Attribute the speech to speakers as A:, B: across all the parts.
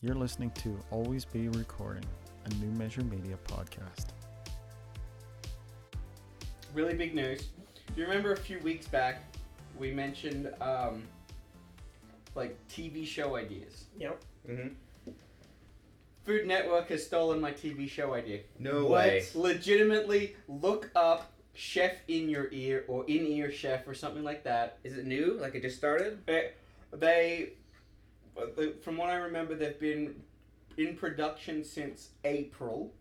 A: You're listening to Always Be Recording, a New Measure Media podcast.
B: really big news. You remember a few weeks back, we mentioned um, like TV show ideas.
C: Yep.
D: Mm-hmm.
B: Food Network has stolen my TV show idea.
D: No way.
B: Let's legitimately look up Chef in Your Ear or In Ear Chef or something like that.
D: Is it new? Like it just started?
B: They, they, from what I remember, they've been in production since April.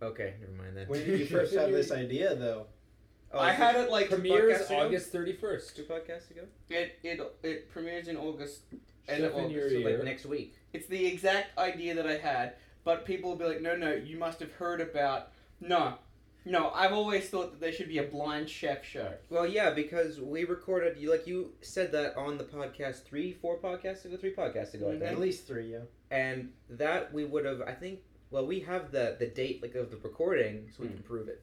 D: Okay, never mind then.
E: When did you first have this idea, though?
D: Oh,
B: I
D: is
B: had
D: this
B: it like
C: Premieres
D: podcast ago?
C: August
D: two-
C: 31st.
D: two podcasts ago.
B: it it it premieres in August. End of
C: Chef in your
B: August, so,
C: ear.
D: Like next week.
B: It's the exact idea that I had, but people will be like, no, no, you must have heard about. No, no, I've always thought that there should be a blind chef show.
D: Well, yeah, because we recorded. You like you said that on the podcast three, four podcasts ago, three podcasts ago, I
B: Mhm.
D: think.
E: At least three, yeah.
D: And that we would have. I think. Well, we have the the date like of the recording, so we can prove it.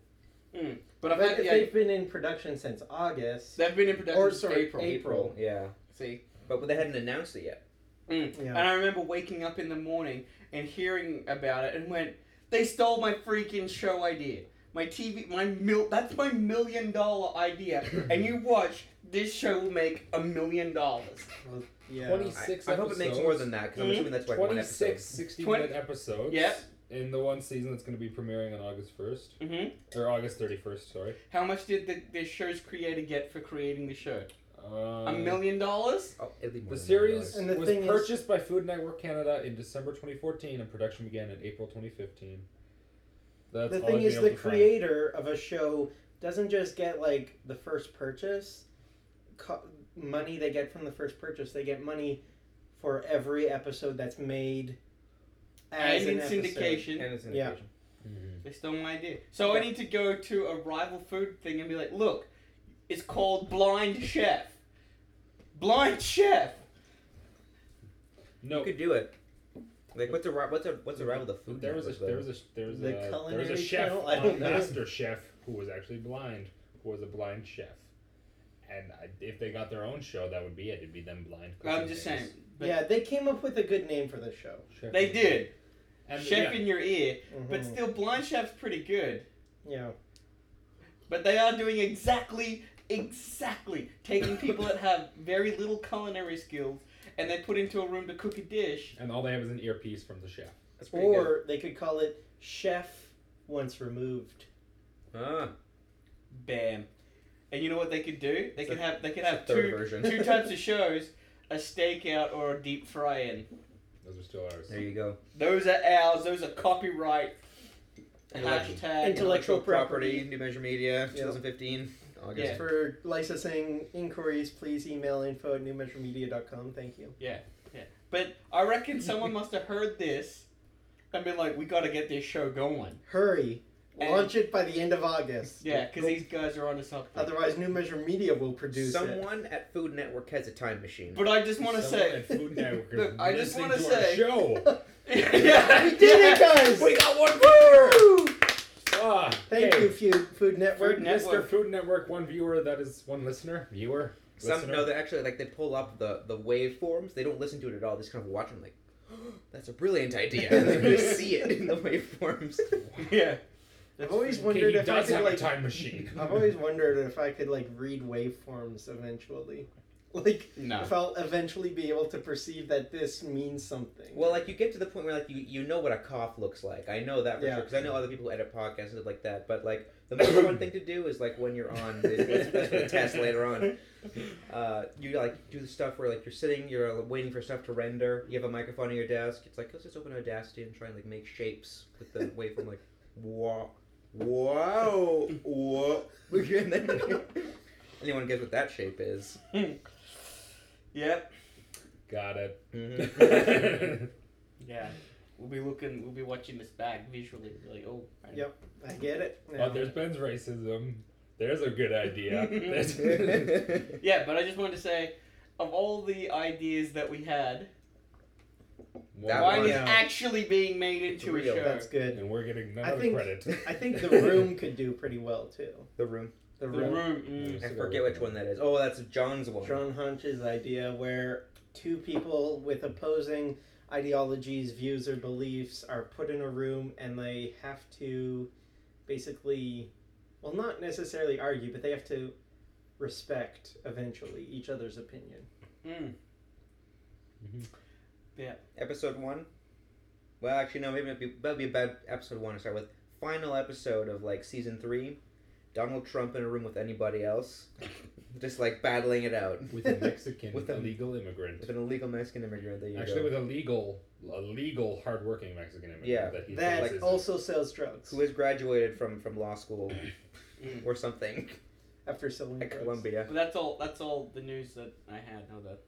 B: But I've
E: But
B: had
E: if
B: the idea.
E: they've been in production since August,
B: They've been in production
E: or
B: since
E: sorry,
B: April.
E: April.
D: Yeah,
B: See? Mm.
D: but they hadn't announced it yet.
E: Yeah.
B: And I remember waking up in the morning and hearing about it and went, they stole my freaking show idea. My TV, my mil, that's my million dollar idea. and you watch, this show will make a million dollars.
E: Well, yeah.
C: 26
D: I, I hope it makes more
C: episodes.
D: than that because
B: Mhm.
D: I'm assuming that's like one episode.
C: 26 60
B: Twen-
C: minute episodes.
B: Yep.
C: In the one season that's going to be premiering on August 1st.
B: hmm
C: Or August 31st, sorry.
B: How much did the, the show's creator get for creating the show?
C: Uh,
B: A million dollars?
D: Oh, it'd be more
C: The
D: than that, I
C: series
D: realize.
E: And the
C: was
E: thing is-
C: purchased by Food Network Canada in December 2014 and production began in April 2015. That's
E: the
C: all I've
E: thing
C: been
E: is,
C: able
E: the
C: to find.
E: creator of a show doesn't just get like the first purchase co- money they get from the first purchase. They get money for every episode that's made as
B: and in
E: an episode.
B: syndication.
D: And it's an
E: Yeah.
D: occasion.
C: Mhm.
B: They stole my idea. So I need to go to a rival food thing and be like, look, it's called Blind Chef. Blind Chef.
C: No,
D: You could do it. Like what's a ri- what's a what's a rival to food?
C: There was a
D: Network, though?
C: there was a there was
E: The
C: a there was a
E: culinary
C: chef
E: channel? I
C: on
E: don't know.
C: Master Chef who was actually blind, who was a blind chef, and I, if they got their own show, that would be it. It'd be them blind.
B: I'm
C: cooking
B: just
C: things.
B: saying. But
E: Yeah, they came up with a good name for the show.
C: Chef
B: They
C: in-
B: did.
C: And
B: chef
C: yeah,
B: in your ear. But
E: Mhm.
B: still, Blind Chef's pretty good.
E: yeah,
B: But they are doing exactly, exactly taking people that have very little culinary skills and they put into a room to cook a dish.
C: and all they have is an earpiece from the chef.
D: That's pretty good.
E: or they could call it Chef Once Removed.
D: Ah,
B: Bam. And you know what they could do? They
D: It's
B: could
D: a-
B: have they could
D: it's a
B: have two
D: third version.
B: two types of shows, a stakeout or a deep fry in.
C: Those are still ours.
D: there you go.
B: Those are ours. Those are copyright.
D: Intellectual-
B: Hashtag.
E: Intellectual property.
D: New Measure Media,
E: Yeah.
D: 2015, August.
B: Yeah.
E: For licensing inquiries, please email info at newmeasuremedia.com. Thank you.
B: but I reckon someone must have heard this and been like, we got to get this show going.
E: Hurry.
B: And-
E: Launch it by the end of August.
B: Yeah, because these guys are onto something.
E: Otherwise, New Measure Media will produce it.
D: Someone at Food Network has a time machine.
B: but I just want to
C: Someone
B: say.
C: at Food Network is
B: Look, I just
C: listening
B: wanna
C: to our
B: say-
C: show.
B: yeah,
E: We did it, guys!
D: we got one viewer.
C: Ah,
E: Thank
C: hey,
E: you, Fu- Food Network.
B: Food Net-
C: Mr.
B: Network.
C: Food Network. One viewer. That is one listener. Viewer.
D: Some
C: listener.
D: no, they actually like they pull up the the waveforms. They don't listen to it at all. They just kind of watch them like. That's a brilliant idea. And then you see it in the waveforms.
B: yeah.
E: I've always
C: Okay,
E: wondered
C: he
E: if I
C: does
E: could
C: have a
E: like.
C: time machine.
E: I've always wondered if I could like read waveforms eventually. Like,
B: No.
E: if I'll eventually be able to perceive that this means something.
D: Well, like you get to the point where like you, you know what a cough looks like. I know that for
E: Yeah.
D: sure because I know other people who edit podcasts and stuff like that. But like the most fun thing to do is like when you're on that's, that's for the test later on. Uh, you like do the stuff where like you're sitting, you're uh, waiting for stuff to render. You have a microphone on your desk. It's like let's just open Audacity and try and like make shapes with the waveform like wow, wow, wow. And then- Anyone guess what that shape is?
B: Yep.
C: Got it.
D: Mhm.
B: Yeah. We'll be looking. We'll be watching this back visually. Like, oh. I know.
E: Yep. I get it.
C: Oh,
E: now.
C: there's Ben's racism. There's a good idea. There's-
B: Yeah, but I just wanted to say, of all the ideas that we had,
D: That
B: mine
D: one-
B: is
E: Yeah.
B: actually being made into a
D: Real.
B: show.
E: That's good.
C: and we're getting none
E: I
C: of the
E: think-
C: credit.
E: I think the room could do pretty well too.
D: the room.
E: The
B: The
E: room.
B: room. mm.
D: I forget which one that is. Oh, that's John's one.
E: John Hunch's idea where two people with opposing ideologies, views, or beliefs are put in a room and they have to basically, well, not necessarily argue, but they have to respect eventually each other's opinion.
B: Mm.
D: Episode one. Well, actually, no. Maybe it'd be, that'd be a bad episode one to start with. Final episode of like season three. Donald Trump in a room with anybody else, just like battling it out
C: With a Mexican
D: With a-
C: illegal immigrant.
D: with an illegal Mexican immigrant. There you
C: Actually,
D: go.
C: with a legal, a legal, hardworking Mexican immigrant
D: Yeah.
C: that he
E: That
C: thinks is-
E: also sells drugs
D: who has graduated from from law school or something
E: after selling
D: at
E: drugs.
D: Columbia.
B: mm. But that's all. That's all the news that I had. No, that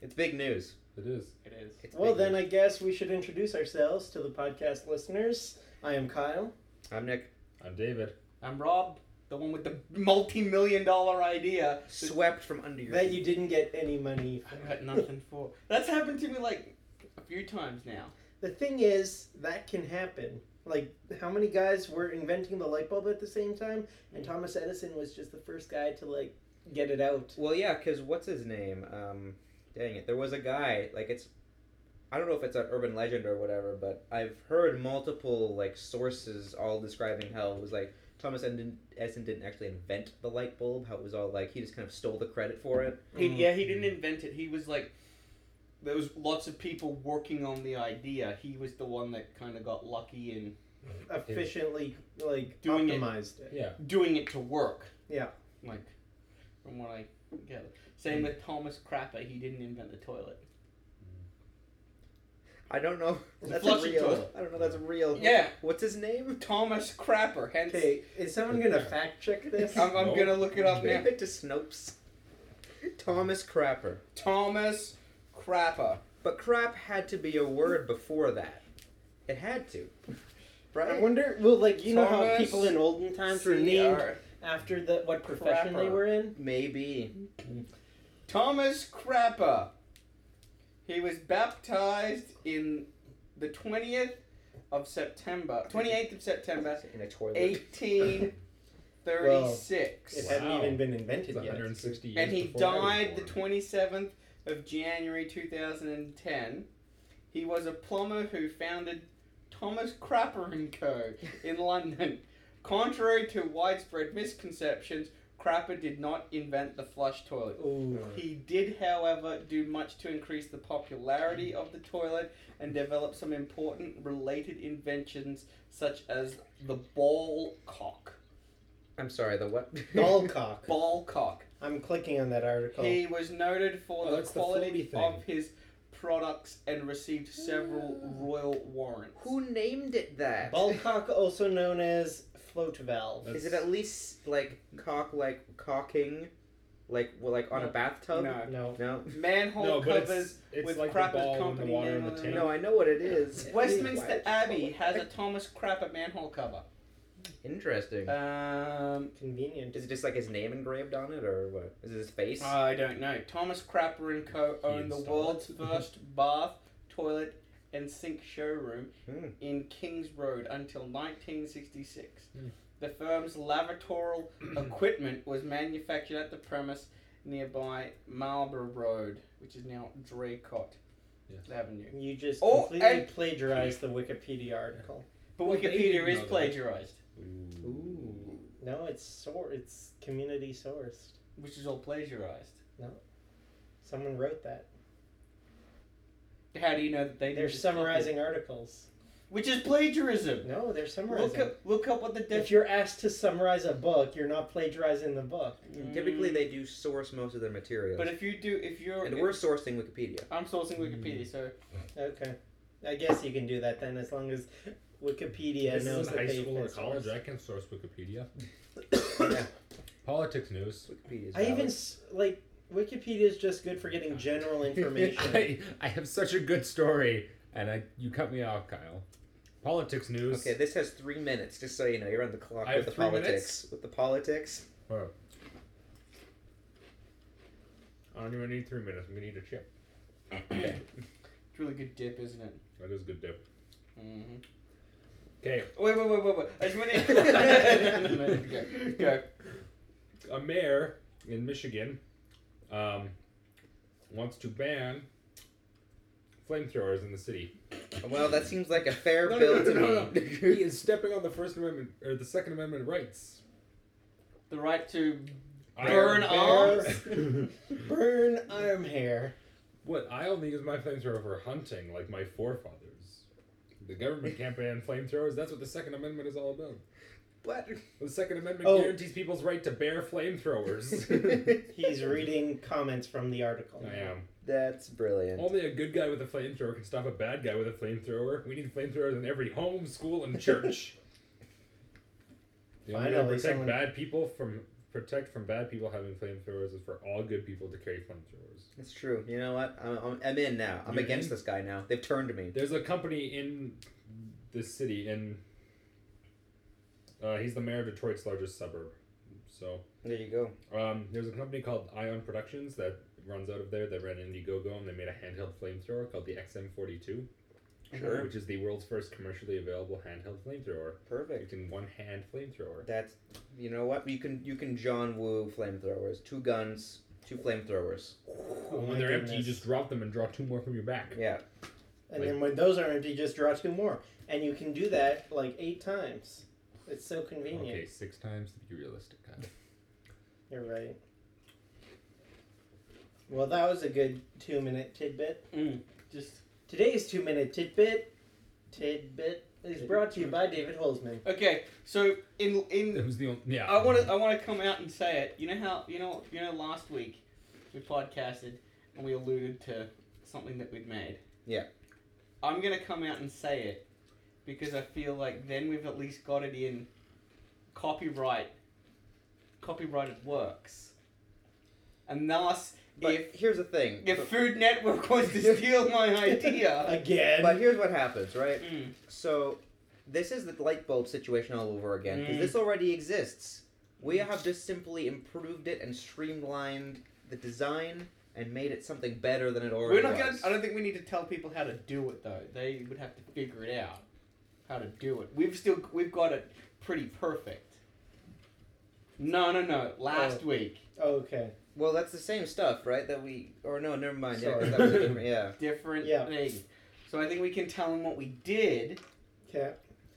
D: It's big news.
C: It is.
B: it is.
D: It's
E: Well,
D: big
E: then I guess we should introduce ourselves to the podcast listeners. I am Kyle.
D: I... I'm Nick.
C: I'm David.
B: I'm Rob, the one with the multi-million dollar idea
D: Swept from under your.
E: That you didn't get any money
B: I
E: from.
B: got nothing for. That's happened to me like a few times now.
E: The thing is, that can happen. Like, how many guys were inventing the light bulb at the same time? And Thomas Edison was just the first guy to, like, get it out.
D: Well, yeah, because what's his name? Um, dang it, there was a guy. Like it's, I don't know if it's an urban legend or whatever, but I've heard multiple like sources all describing how it was like Thomas Edison Edison didn't actually invent the light bulb. How it was all like he just kind of stole the credit for it.
B: He, yeah, he didn't invent it. He was like, there was lots of people working on the idea. He was the one that kind of got lucky in
E: Efficiently, like,
B: Doing it.
E: optimized it.
C: Yeah.
B: doing it to work.
E: Yeah.
B: Like, from what I gather. Same with Thomas Crapper. He didn't invent the toilet.
D: I don't know. if That's
B: flushing
D: real.
B: toilet.
D: I don't know. if That's real.
B: Yeah,
D: What's his name?
B: Thomas Crapper. Hence,
E: Okay, is someone gonna fact check this?
B: I'm, I'm
C: Nope.
B: gonna look it up now.
D: Leave it to Snopes. Thomas Crapper.
B: Thomas Crapper.
D: But crap had to be a word before that. It had to.
E: I
D: Right?
E: wonder, well, like, you know how
B: Thomas
E: people in olden times were named
B: CR.
E: after the what profession they
B: Crapper.
E: were in?
D: Maybe.
B: Thomas Crapper. He was baptized in the 20th of September, 28th of September,
D: In a toilet.
B: 1836.
E: It hadn't
C: Wow.
E: even been
C: It's
E: invented yet.
C: 160 years
B: and he
C: before I was
B: died the
C: born.
B: 27th of January 2010. He was a plumber who founded Thomas Crapper and Co. in London. Contrary to widespread misconceptions, Crapper did not invent the flush toilet.
E: Ooh.
B: He did, however, do much to increase the popularity of the toilet and develop some important related inventions such as the ball cock.
D: I'm sorry, the what?
E: Dollcock.
B: Ball cock.
E: I'm clicking on that article.
B: He was noted for
C: Oh,
B: the
C: that's the
B: quality
C: floaty thing.
B: of his products and received several royal warrants.
D: Who named it that? Is
E: Ballcock, also known as float valve.
D: it at least like cock, like cocking? Like, well, like on a
B: No.
D: bathtub?
B: No.
E: No.
D: No?
B: Manhole
C: no, but
B: covers.
C: it's, it's
B: with
C: like the
B: Crapper's
C: ball in the
B: company
C: water
B: name
C: in
B: on
C: the
B: it.
C: tank.
D: No, I know what it is.
B: Westminster
D: Why-
B: Abbey has a Thomas Crapper manhole cover.
D: Interesting.
B: Um,
E: Convenient.
D: is it just like his name engraved on it or what? Is it his face?
B: I don't know. Thomas Crapper and Co. owned the
C: installed
B: world's
C: it.
B: first bath, toilet, and sink showroom
D: Hmm.
B: in Kings Road until 1966.
C: Hmm.
B: The firm's lavatorial equipment was manufactured at the premise nearby Marlborough Road, which is now Draycott
C: Yes.
B: Avenue.
E: You just
B: Oh,
E: completely
B: and-
E: plagiarized the Wikipedia article.
B: But
C: Well, they
B: Wikipedia
C: didn't
B: is
C: know that.
B: plagiarized,
D: Ooh.
E: No, it's sor- it's community sourced.
B: which is all plagiarized.
E: Someone wrote that.
B: How do you know that they?
E: They're
B: didn't just copy it?
E: summarizing articles.
B: which is plagiarism.
E: No, they're summarizing.
B: Look up, look up what the
E: if
B: def-
E: you're asked to summarize a book, you're not plagiarizing the book.
D: Typically, they do source most of their materials.
B: Mm. But if you do, if you're,
D: and we're sourcing Wikipedia.
B: I'm sourcing Wikipedia, so
E: Okay. I guess you can do that then, as long as Wikipedia
C: This
E: knows
C: isn't
E: that
C: high
E: they
C: school or
E: source.
C: college. I can source Wikipedia.
D: yeah,
C: Politics news.
D: Wikipedia.
E: I even s- like Wikipedia is just good for getting general information.
C: I, I have such a good story, and I you cut me off, Kyle. Politics news.
D: Okay, this has three minutes, just so you know. You're on the clock
C: I
D: with
C: have
D: the
C: three
D: politics.
C: minutes?
D: With the politics.
C: I don't even need three minutes. I'm gonna eat a chip.
B: it's really good dip, isn't it?
C: That is good dip.
B: Mm-hmm.
C: Okay,
B: Wait, wait, wait, wait, wait. I just want to. go, go.
C: a mayor in Michigan um, wants to ban flamethrowers in the city.
D: Well, that seems like a fair
C: No, no,
D: bill
C: no,
D: to
C: no, no,
D: me.
C: He is stepping on the First Amendment or the Second Amendment rights.
B: The right to
C: Iron
B: Burn
C: bear.
E: Burn arm hair.
C: what? I only use my flamethrower for hunting, like my forefathers. The government can't ban flamethrowers. That's what the Second Amendment is all about.
D: What?
C: The Second Amendment
E: Oh.
C: guarantees people's right to bear flamethrowers.
E: He's reading comments from the article.
C: I am.
D: That's brilliant.
C: Only a good guy with a flamethrower can stop a bad guy with a flamethrower. We need flamethrowers in every home, school, and church. The only way to
E: Finally,
C: protect
E: someone-
C: bad people from protect from bad people having flamethrowers is for all good people to carry flamethrowers.
D: That's true. You know what? I'm, I'm, I'm in now. I'm
C: You're
D: against
C: in?
D: this guy now. They've turned me.
C: There's a company in the city, and uh, he's the mayor of Detroit's largest suburb. So
D: There you go.
C: um, there's a company called Ion Productions that runs out of there that ran Indiegogo, and they made a handheld flamethrower called the XM42,
D: Sure.
C: which is the world's first commercially available handheld flamethrower.
D: Perfect.
C: It's in one hand flamethrower.
D: That's. You know what? You can you can John Woo flamethrowers. Two guns, two flamethrowers.
E: Oh
C: when
E: my
C: they're empty, you
E: goodness.
C: just drop them and draw two more from your back.
D: Yeah.
E: And then when those are empty, just draw two more, and you can do that like eight times. It's so convenient.
C: Okay, six times to be realistic. Kyle.
E: You're right. Well, that was a good two minute tidbit.
B: mm, just
E: Today's two minute tidbit tidbit is brought to you by David Holzman.
B: okay. So in in
C: That was the only. Yeah.
B: I want to I want to come out and say it. You know how you know you know last week we podcasted and we alluded to something that we'd made.
D: Yeah.
B: I'm gonna come out and say it because I feel like then we've at least got it in copyright copyrighted works, and thus
D: But
B: if
D: here's the thing.
B: if Food Network wants to steal my idea.
E: Again.
D: but here's what happens, right?
B: Mm.
D: So, this is the light bulb situation all over again because
B: Mm.
D: this already exists. We have just simply improved it and streamlined the design and made it something better than it already
B: We're not gonna.
D: was.
B: I don't think we need to tell people how to do it though. They would have to figure it out how to do it. We've still we've got it pretty perfect. No, no, no. Last
D: Oh.
B: week,
E: okay.
D: Well, that's the same stuff, right? That we or no, never mind. Yeah, 'cause
E: Sorry.
D: that was a different, yeah.
B: different
E: Yeah.
B: thing. So I think we can tell them what we did,
E: Okay.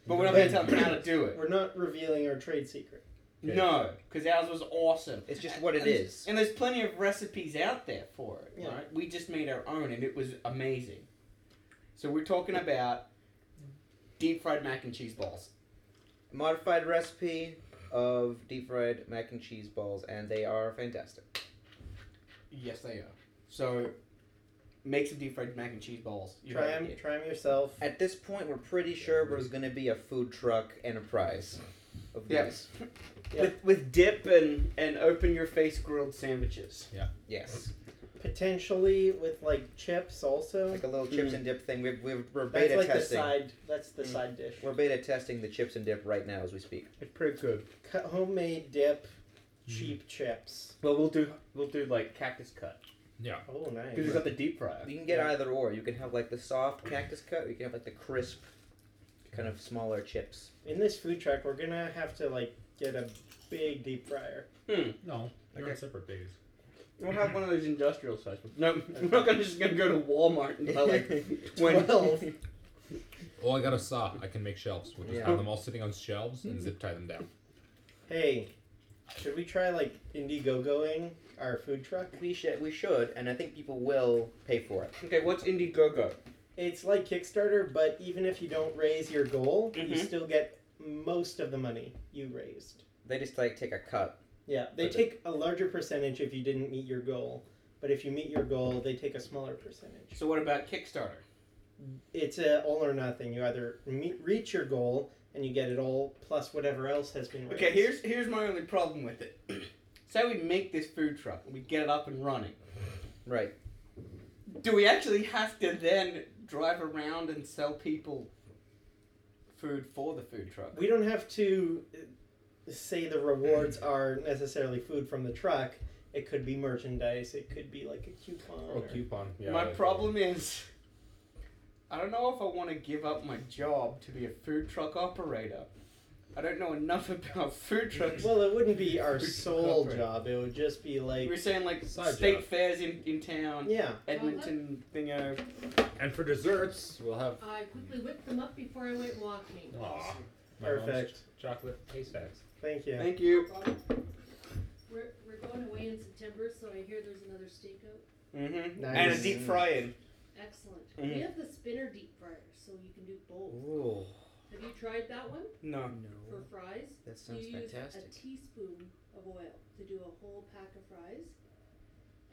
B: but we're not gonna tell them how to do it.
E: We're not revealing our trade secret.
C: Okay.
B: No, because ours was awesome.
D: It's just what it
B: and,
D: is.
B: And there's plenty of recipes out there for it.
E: Yeah.
B: Right? We just made our own, and it was amazing. So we're talking about deep fried mac and cheese balls.
D: Modified recipe of deep fried mac and cheese balls, and they are fantastic.
B: Yes, they are. So, make some deep fried mac and cheese balls. You
E: Try
B: have
E: them.
B: it.
E: Try them yourself.
D: At this point, we're pretty sure there's going to be a food truck and a prize of
B: Yeah.
D: these.
E: Yeah.
B: With, with dip and, and open your face grilled sandwiches.
D: Yes,
E: Potentially with like chips also.
D: like a little chips
B: Mm.
D: and dip thing. We've, we've, we're
E: Hmm. That's
D: beta
E: like
D: testing.
E: the side. That's the
B: Mm.
E: side dish.
D: We're beta testing the chips and dip right now as we speak.
F: It's pretty good.
E: Cut homemade dip, cheap chips.
F: Well, we'll do we'll do like cactus cut
E: Oh, nice.
F: because we got the deep fryer.
D: You can get either or. You can have like the soft cactus cut. Or you can have like the crisp, kind of smaller chips.
E: In this food truck, we're gonna have to like get a big deep fryer.
B: Hmm.
C: No,
B: they're on
C: separate days.
B: We'll have one of those industrial sized ones. No, we're not gonna, just going to go to Walmart and buy like 20.
E: Twelve.
C: Oh, I got a saw. I can make shelves. We'll just
D: Yeah.
C: have them all sitting on shelves and zip tie them down.
E: Hey, should we try like Indiegogoing our food truck?
D: We should, we should, and I think people will pay for it.
B: okay, what's Indiegogo?
E: It's like Kickstarter, but even if you don't raise your goal, you
B: Mhm.
E: still get most of the money you raised.
D: They just like take a cut.
E: Yeah, they
D: But the-
E: take a larger percentage if you didn't meet your goal, but if you meet your goal, they take a smaller percentage.
B: So, what about Kickstarter?
E: It's a all or nothing. You either meet, reach your goal and you get it all plus whatever else has been raised.
B: Okay, here's here's my only problem with it. Say we make this food truck and we get it up and running.
D: Right.
B: Do we actually have to then drive around and sell people food for the food truck?
E: We don't have to uh, say the rewards are necessarily food from the truck. It could be merchandise. It could be like a coupon.
C: Or
E: or-
C: Oh, coupon. Yeah,
B: my
C: that's-
B: problem is, I don't know if I want to give up my job to be a food truck operator I don't know enough about food trucks.
E: Well, it wouldn't be our
C: Food
E: sole
C: truck.
E: job. It would just be
B: We
E: like,
B: were saying like
C: Side
B: state
C: job.
B: fairs in, in town,
E: yeah.
B: Edmonton, thingo.
C: And for desserts, we'll have
G: I quickly whipped them up before I went walking.
C: Aw. my mom's
E: Perfect.
C: chocolate haystacks.
E: Thank you.
B: Thank you.
G: We're, we're going away in September, so I hear there's another stakeout.
B: Mm-hmm.
E: Nice.
B: And a deep frying.
G: Excellent.
B: Mm.
G: We have the spinner deep fryer, so you can do both.
D: Ooh.
G: Have you tried that one
B: No.
G: for
D: No.
G: fries?
D: That
G: So
D: Mm. sounds
G: you use
D: fantastic.
G: a teaspoon of oil to do a whole pack of fries,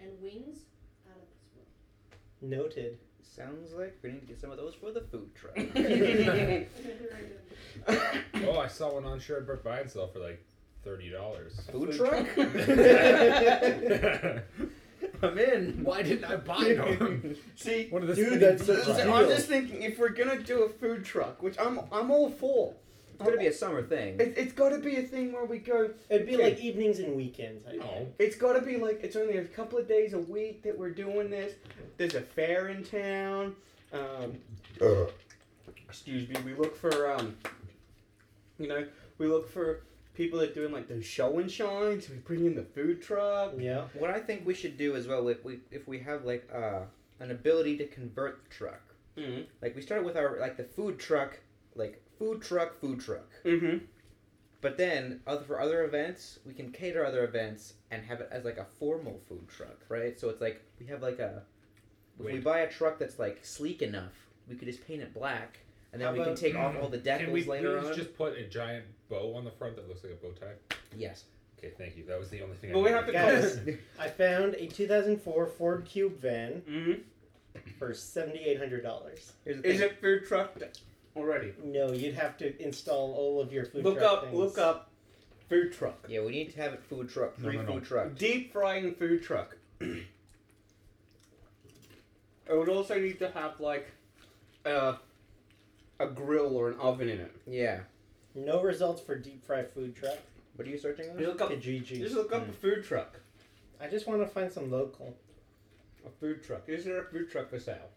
G: and wings out of this world.
E: Noted.
D: Sounds like we need to get some of those for the food truck.
C: Oh, I saw one on Sherbrooke buy and sell for like thirty dollars.
D: food truck? I'm in.
C: Why didn't I buy them?
B: See,
C: One of the
B: dude,
C: skinny
B: that's
C: deep
B: that's-
C: fries.
B: I'm just thinking if we're gonna do a food truck, which I'm I'm all for.
D: It's gonna be a summer thing.
B: It, it's got to be a thing where we go.
E: It'd be
B: Okay.
E: like evenings and weekends. I think.
C: oh,
B: It's got to be like it's only a couple of days a week that we're doing this. There's a fair in town. Um, excuse me. We look for um, you know, we look for people that doing like those show and shines. We bring in the food truck.
E: Yeah.
D: What I think we should do as well, if we if we have like uh, an ability to convert the truck,
B: Mhm.
D: like we started with our like the food truck, like food truck, food truck.
B: Mm-hmm.
D: But then other, for other events, we can cater other events and have it as like a formal food truck, right? So it's like we have like a if we
C: Wait.
D: buy a truck that's like sleek enough, we could just paint it black, and then
E: How
D: we can
E: about-
D: take off all the
C: can
D: decals
C: we
D: later
C: please
D: on.
C: just put a giant bow on the front that looks like a bow tie?
D: Yes.
C: Okay, thank you. That was the only thing.
B: But
C: I
B: we have to
E: Guys.
B: close.
E: I found a 2004 Ford Cube van
B: Mm-hmm.
E: for $7,800.
D: Here's the
B: Is
D: thing.
B: it food truck already?
E: No, you'd have to install all of your food
B: look
E: truck
B: up.
E: things.
B: Look up. Food truck.
D: Yeah, we need to have it food truck,
C: No,
D: free
C: no, no.
D: food truck.
B: Deep frying food truck. it would also need to have like a a grill or an oven in it.
D: Yeah.
E: No results for deep fry food truck.
D: What are you searching on?
B: You Hmm. look up,
E: Kijiji.
B: just look up a food truck.
E: I just want to find some local.
B: A food truck. Is there a food truck for sale?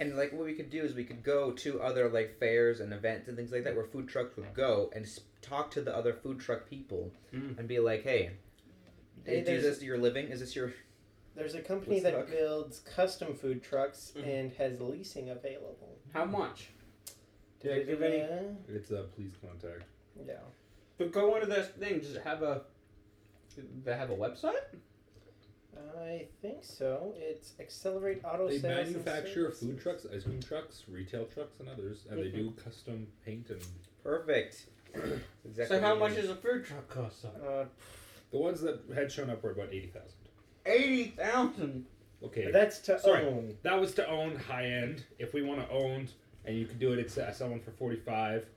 D: And like what we could do is we could go to other like fairs and events and things like that where food trucks would go and s talk to the other food truck people
B: Mm.
D: and be like, hey,
E: Hey,
D: is
E: there's-
D: this your living? Is this your
E: There's a company
D: What's
E: that
D: that?
E: builds custom food trucks
B: Mhm.
E: and has leasing available.
B: How much? Did I give any?
E: Yeah.
C: It's a please contact.
E: Yeah.
B: To go into this thing, does it have a? Do they have a website?
E: I think so. It's Accelerate Auto
C: They
E: Sales. and
C: manufacture food
E: Services.
C: trucks, ice cream trucks, retail trucks, and others, and they do custom paint and
D: perfect? exactly.
B: So how
D: what
B: much
D: we
B: does a food truck cost?
E: Uh,
C: the ones that had shown up were about eighty thousand.
B: Eighty thousand.
C: Okay,
E: that's to
C: Sorry.
E: own.
C: that was to own high end. If we want to own, and you can do it, it's uh, someone for forty five.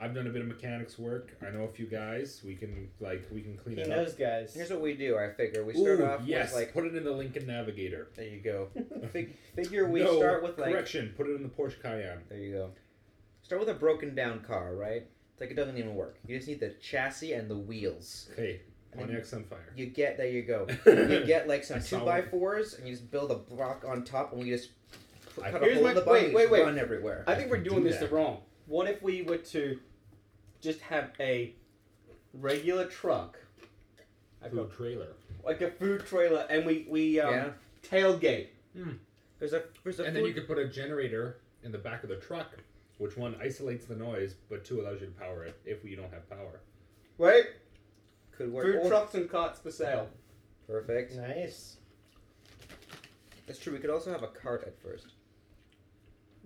C: I've done a bit of mechanics work. I know a few guys. We can like we can clean
E: He
C: it up.
E: knows, guys.
D: Here's what we do. I figure we start
C: Ooh,
D: off
C: yes.
D: with like
C: put it in the Lincoln Navigator.
D: there you go. Fig- figure we
C: No,
D: start with like
C: correction. Put it in the Porsche Cayenne.
D: there you go. Start with a broken down car, right? It's like it doesn't even work. You just need the chassis and the wheels.
C: Hey,
D: And then-
C: Pontiac's on fire.
D: You get there. You go. You get like some
C: I
D: two
C: saw
D: by
C: one.
D: fours, and you just build a block on top, and we just p-
C: I-
D: cut a
B: Here's
D: hole
B: my-
D: in the bottom.
B: wait,
D: and
B: wait,
D: just
B: wait.
D: Run everywhere.
B: I think we're
C: Do
B: doing this
C: that.
B: the wrong. What if we were to just have a regular truck, like,
C: Food
B: a,
C: trailer.
B: like a food trailer, and we we um,
D: yeah.
B: tailgate?
C: Hmm.
D: There's a there's a
C: and then you
D: food.
C: could put a generator in the back of the truck, which one isolates the noise, but two allows you to power it if you don't have power.
B: Right?
D: Could work.
B: food
D: Oh,
B: trucks and carts for sale.
D: Perfect.
E: Nice.
D: That's true. We could also have a cart at first.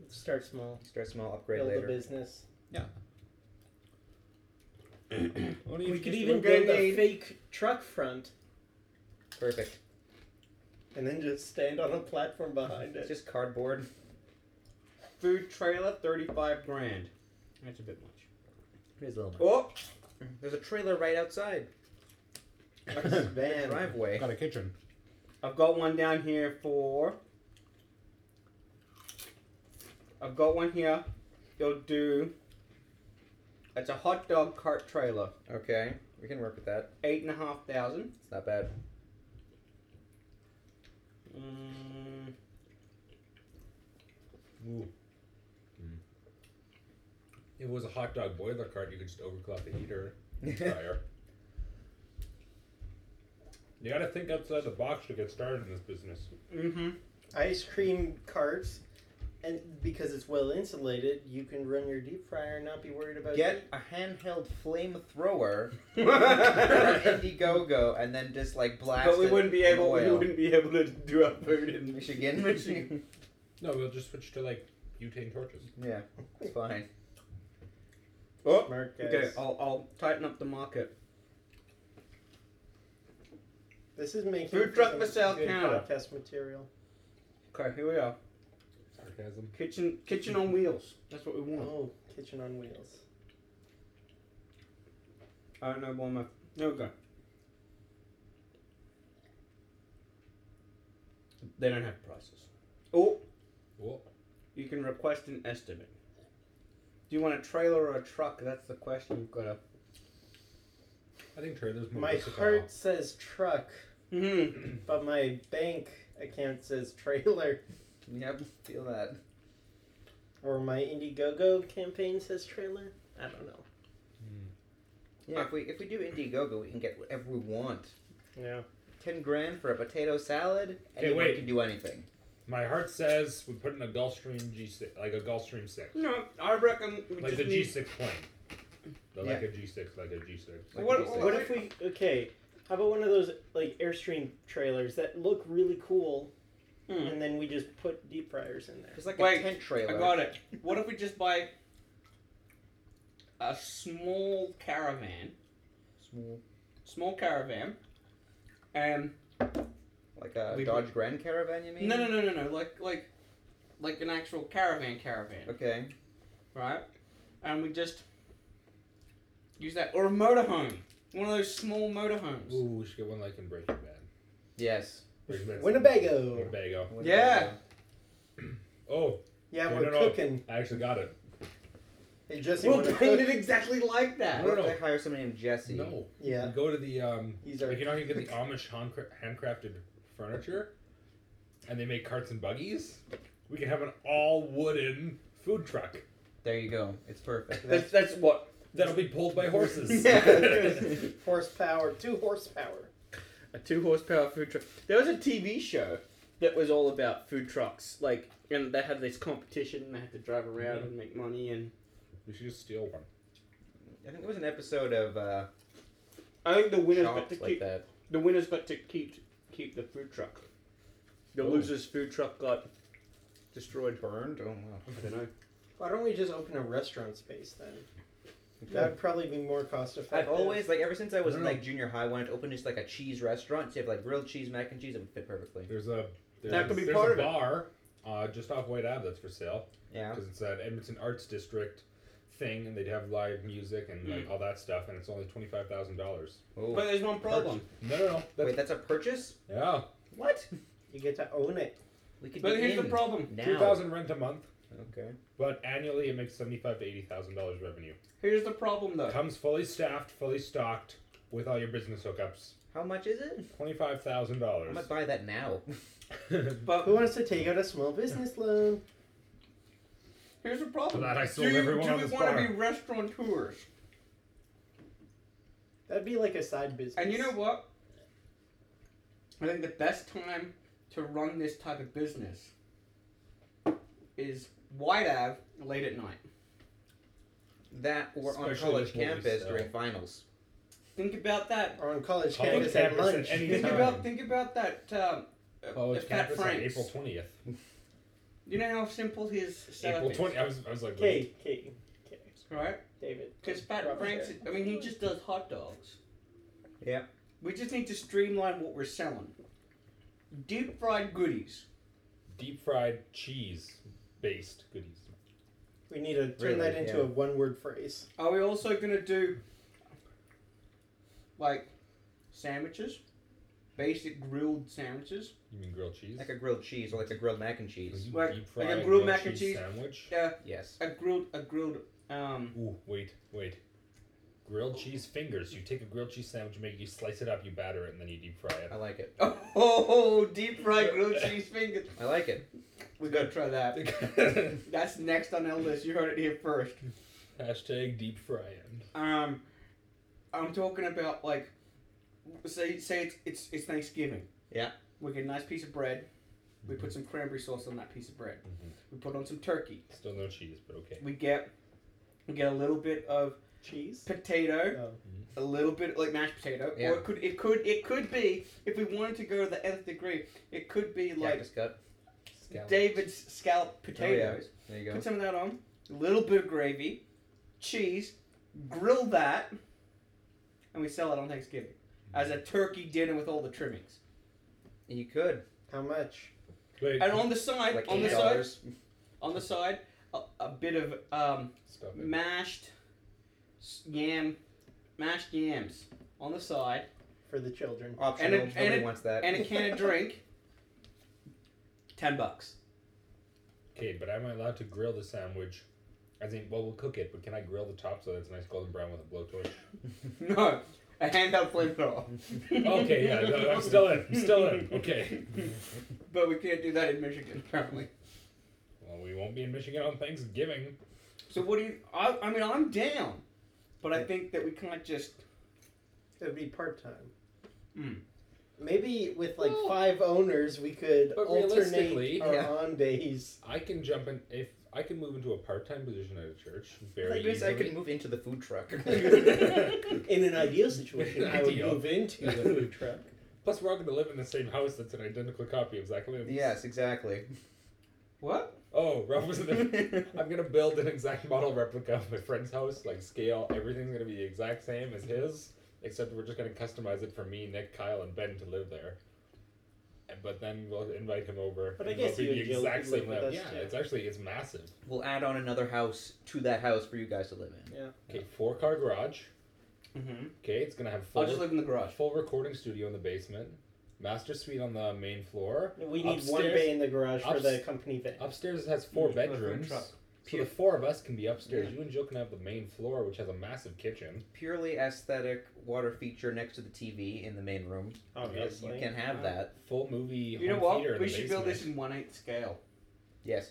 E: Start small.
D: Start small, upgrade
E: build
D: later.
E: a business. We
C: Only
E: could
B: we're
E: even
B: gonna
E: build a
B: need-
E: fake truck front
D: Perfect.
E: and then just stand on a platform behind
D: It's
E: it.
D: just cardboard.
B: Food trailer, thirty-five grand. That's a bit much.
D: Here's a little.
B: Oh,
D: There's a trailer right outside.
E: Just van.
D: driveway.
C: got a kitchen.
B: I've got one down here for. I've got one here. You'll do. It's a hot dog cart trailer,
D: Okay, we can work with that.
B: eight and a half thousand.
D: It's not bad.
B: Mm,
C: If it was a hot dog boiler cart, you could just overclock the heater and fryer. you gotta think outside the box to get started in this business.
B: Mm-hmm.
E: Ice cream carts, and because it's well insulated, you can run your deep fryer and not be worried about
D: Get a handheld flamethrower from
C: But
D: Indiegogo and then just like blast
B: mm-hmm. But we
D: it
B: wouldn't be
D: in
B: able. We
D: oil.
B: wouldn't be able to do our food in
D: Michigan.
B: Michigan.
C: No, we'll just switch to like butane torches.
D: Yeah, it's fine.
B: Oh,
E: smart guys.
B: okay. I'll I'll tighten up the market.
E: This is making
B: Food
E: for
B: truck
E: some
B: for South
E: good
B: Canada.
E: podcast material.
B: Okay, here we are.
C: Sarcasm.
B: Kitchen kitchen on wheels. That's what we want.
E: Oh, kitchen on wheels.
B: I don't know why my. There we go. They don't have prices. Oh,
C: Well,
B: you can request an estimate. Do you want a trailer or a truck? That's the question you've got to.
C: I think trailers more
E: My
C: versatile.
E: heart says truck,
B: Mm-hmm.
E: but my bank account says trailer,
D: Yep, feel that.
E: or my Indiegogo campaign says trailer. I don't know.
D: Yeah, if we if we do Indiegogo, we can get whatever we want.
E: Yeah.
D: Ten grand for a potato salad.
C: Okay,
D: Anyone
C: wait.
D: can do anything.
C: My heart says we put in a Gulfstream G6, like a Gulfstream 6.
B: No, I reckon. We just
C: Like the
B: need-
C: G6 plane. But like a G6, like a G6.
D: Like
B: What-
D: you said.
E: What if we okay? How about one of those like airstream trailers that look really cool,
B: Hmm.
E: and then we just put deep fryers in there?
D: It's like
B: Wait,
D: a tent
B: I
D: trailer.
B: got it. What if we just buy a small caravan,
D: Small,
B: small caravan, and
D: like a
B: We-
D: Dodge Grand Caravan, you mean?
B: no, no, no, no, no, like like like an actual caravan, caravan,
D: Okay.
B: right? And we just use that or a motorhome, one of those small motorhomes.
C: Ooh, we should get one like in Breaking Bad.
D: Yes.
C: Breaking Bad's-
E: Winnebago.
C: Winnebago.
B: Yeah.
C: Oh,
E: Yeah,
C: No,
E: we're
C: no, no.
E: cooking.
C: I actually got it.
E: Hey, Jesse,
B: We'll
E: wanna
B: paint
E: cook?
B: it exactly like
D: I
B: that.
C: No,
D: don't
C: no.
D: know. They hire somebody named Jesse.
C: No.
E: Yeah,
C: You go to the um,
E: he's our
C: like you know how you get the Amish handcra- handcrafted furniture, and they make carts and buggies. We can have an all wooden food truck
D: There you go. It's perfect.
B: That's that's what.
C: that'll be pulled by horses.
B: Yeah.
E: horsepower, two horsepower.
B: A two horsepower food truck. There was a TV show that was all about food trucks, like, and they had this competition. and They had to drive
D: Mm-hmm.
B: around and make money, and
C: we should just steal one.
D: I think it was an episode of uh,
B: I think the winners got
D: Shops
B: to
D: like
B: keep
D: that.
B: the winners got to keep keep the food truck. The
C: Oh.
B: losers' food truck got destroyed.
D: Burned. Oh wow.
B: I don't know.
E: Why don't we just open a restaurant space then? That would probably be more cost
D: I've
E: effective.
D: always like ever since I was
C: No,
D: in
C: no.
D: like junior high, wanted to open just like a cheese restaurant. So you have like grilled cheese, mac and cheese. It would fit perfectly.
C: There's a there's,
B: That could be
C: there's
B: part
C: a
B: of it.
C: bar uh, just off White Ave that's for sale
D: Yeah.
C: because it's an Edmonton Arts District thing, and they'd have live music and
B: Hmm.
C: like all that stuff, and it's only twenty five thousand dollars.
D: Oh.
B: But there's one problem.
C: No, no, no. That's,
D: Wait, that's a purchase?
C: yeah,
D: What?
E: You get to own it.
D: We could.
B: But
D: be
B: here's the
D: in
B: problem.
D: Now.
C: two thousand rent a month,
D: Okay.
C: but annually it makes seventy five to eighty thousand dollars revenue.
B: Here's the problem, though.
C: Comes fully staffed, fully stocked, with all your business hookups.
D: How much is it?
C: Twenty-five thousand
D: I
C: dollars.
D: might buy that now.
C: For
B: But
E: Who wants to take out a small business loan?
B: here's the problem.
C: that I
B: Do
C: sold
B: you, do
C: everyone
B: you
C: on this
B: want to
C: bar.
B: be restaurateurs?
E: That'd be like a side business.
B: And you know what? I think the best time to run this type of business is White Ave late at night.
D: That or on
C: Especially
D: college
C: with what we
D: campus
C: sell.
D: during finals.
B: Think about that.
E: Or on college
C: College
E: campus at
C: campus at
E: lunch.
C: any
B: Think
C: Time.
B: about think about that. Um, uh,
C: College
B: Fat
C: campus on
B: Frank's.
C: Oh, April twentieth.
B: You know how simple his setup
C: April
B: is,
C: twenty. I was, I was like,
E: Okay, okay, okay.
B: right?
E: David.
B: Because Fat
E: Robert.
B: Frank's, I mean, he just does hot dogs.
D: Yeah.
B: We just need to streamline what we're selling. Deep fried goodies.
C: deep fried cheese based goodies.
E: We need to
D: Really,
E: turn that into
D: yeah.
E: a one-word phrase.
B: Are we also gonna do like sandwiches, basic grilled sandwiches?
C: You mean grilled cheese?
D: Like a grilled cheese or like a grilled mac and
C: Can
D: cheese.
C: you
B: like-
C: deep-fry
B: like a
C: a
B: grilled mac and cheese.
C: sandwich.
B: Yeah,
D: Yes.
B: a grilled, a grilled. Um,
C: Ooh, wait, wait. Grilled cheese fingers. You take a grilled cheese sandwich, you make it, you slice it up, you batter it, and then you deep fry it.
D: I like it.
B: oh, deep fried grilled cheese fingers.
D: I like it.
B: We gotta try that. That's next on our list. You heard it here first.
C: Hashtag deep fry end.
B: Um, I'm talking about like, say say it's it's, it's Thanksgiving.
D: Yeah.
B: We get a nice piece of bread. We put some cranberry sauce on that piece of bread.
C: Mhm.
B: We put on some turkey.
C: Still no cheese, but okay.
B: We get we get a little bit of
E: Cheese.
B: potato,
E: Oh.
B: a little bit like mashed potato,
D: Yeah.
B: or it could it could it could be if we wanted to go to the nth degree, it could be like Oh,
D: Cactus cut.
B: David's scallop potatoes.
D: Oh, There you go.
B: Put some of that on. A little bit of gravy, cheese, grill that, and we sell it on Thanksgiving as a turkey dinner with all the trimmings.
D: You could.
E: How much?
C: Wait,
B: And on the side,
D: Like
B: on the
D: eight
B: side,
D: dollars.
B: on the side, a, a bit of um,
C: stop it.
B: mashed s- yam, mashed yams on the side,
E: For the children.
D: Optional.
B: and
D: Nobody
B: it-
D: wants that.
B: and a can of drink. Ten bucks.
C: Okay, but am I allowed to grill the sandwich? As in, well, we'll cook it, but can I grill the top so that it's nice golden brown with a blowtorch?
B: No, a handheld flamethrower.
C: okay, yeah, no, I'm still in. I'm still in. Okay.
B: But we can't do that in Michigan apparently.
C: Well, we won't be in Michigan on Thanksgiving.
B: So what do you? I, I mean, I'm down, but I think that we can't just.
E: It would be part time.
B: Mm.
E: Maybe with like
C: Well-
E: five owners, we could
C: But realistically-
E: alternate our
B: Yeah.
E: on days.
C: I can jump in if I can move into a part-time position at a church very
D: Like this,
C: easily.
D: I could move into the food truck.
E: In an ideal situation, I would
C: Ideal.
E: move into the food truck.
C: Plus, we're all going to live in the same house. That's an identical copy of Zach Limbs.
D: yes, exactly.
B: What?
C: Oh, Rob was there.
B: That's
C: I'm gonna build an exact model replica of my friend's house, like scale. Everything's gonna be the exact same as his, except we're just gonna customize it for me, Nick, Kyle, and Ben to live there. And- But then we'll invite him over.
E: But I
C: and it'll
E: guess
C: be
E: you
C: the
E: and Jill could
C: exact same
E: live with
C: level.
E: us
C: Yeah,
E: too.
C: it's actually it's massive.
D: We'll add on another house to that house for you guys to live in.
C: Okay, four car garage.
B: Mm-hmm.
C: Okay, it's gonna have full
B: I'll just live in the garage.
C: full recording studio in the basement, master suite on the main floor.
E: We need one
C: Upstairs-
E: bay in the garage for the
C: ups-
E: company van.
C: Upstairs has four
B: Mm, like a
C: bedrooms.
B: truck.
C: So the four of us can be upstairs. You and Jill can have the main floor, which has a massive kitchen.
D: Purely aesthetic water feature next to the TV in the main room.
E: Obviously,
D: You can
B: Uh,
D: have that.
C: Full movie.
B: You know
C: home theater
B: what?
C: in
B: We
C: the
B: should build this
C: basement.
B: in one eighth scale.
D: Yes.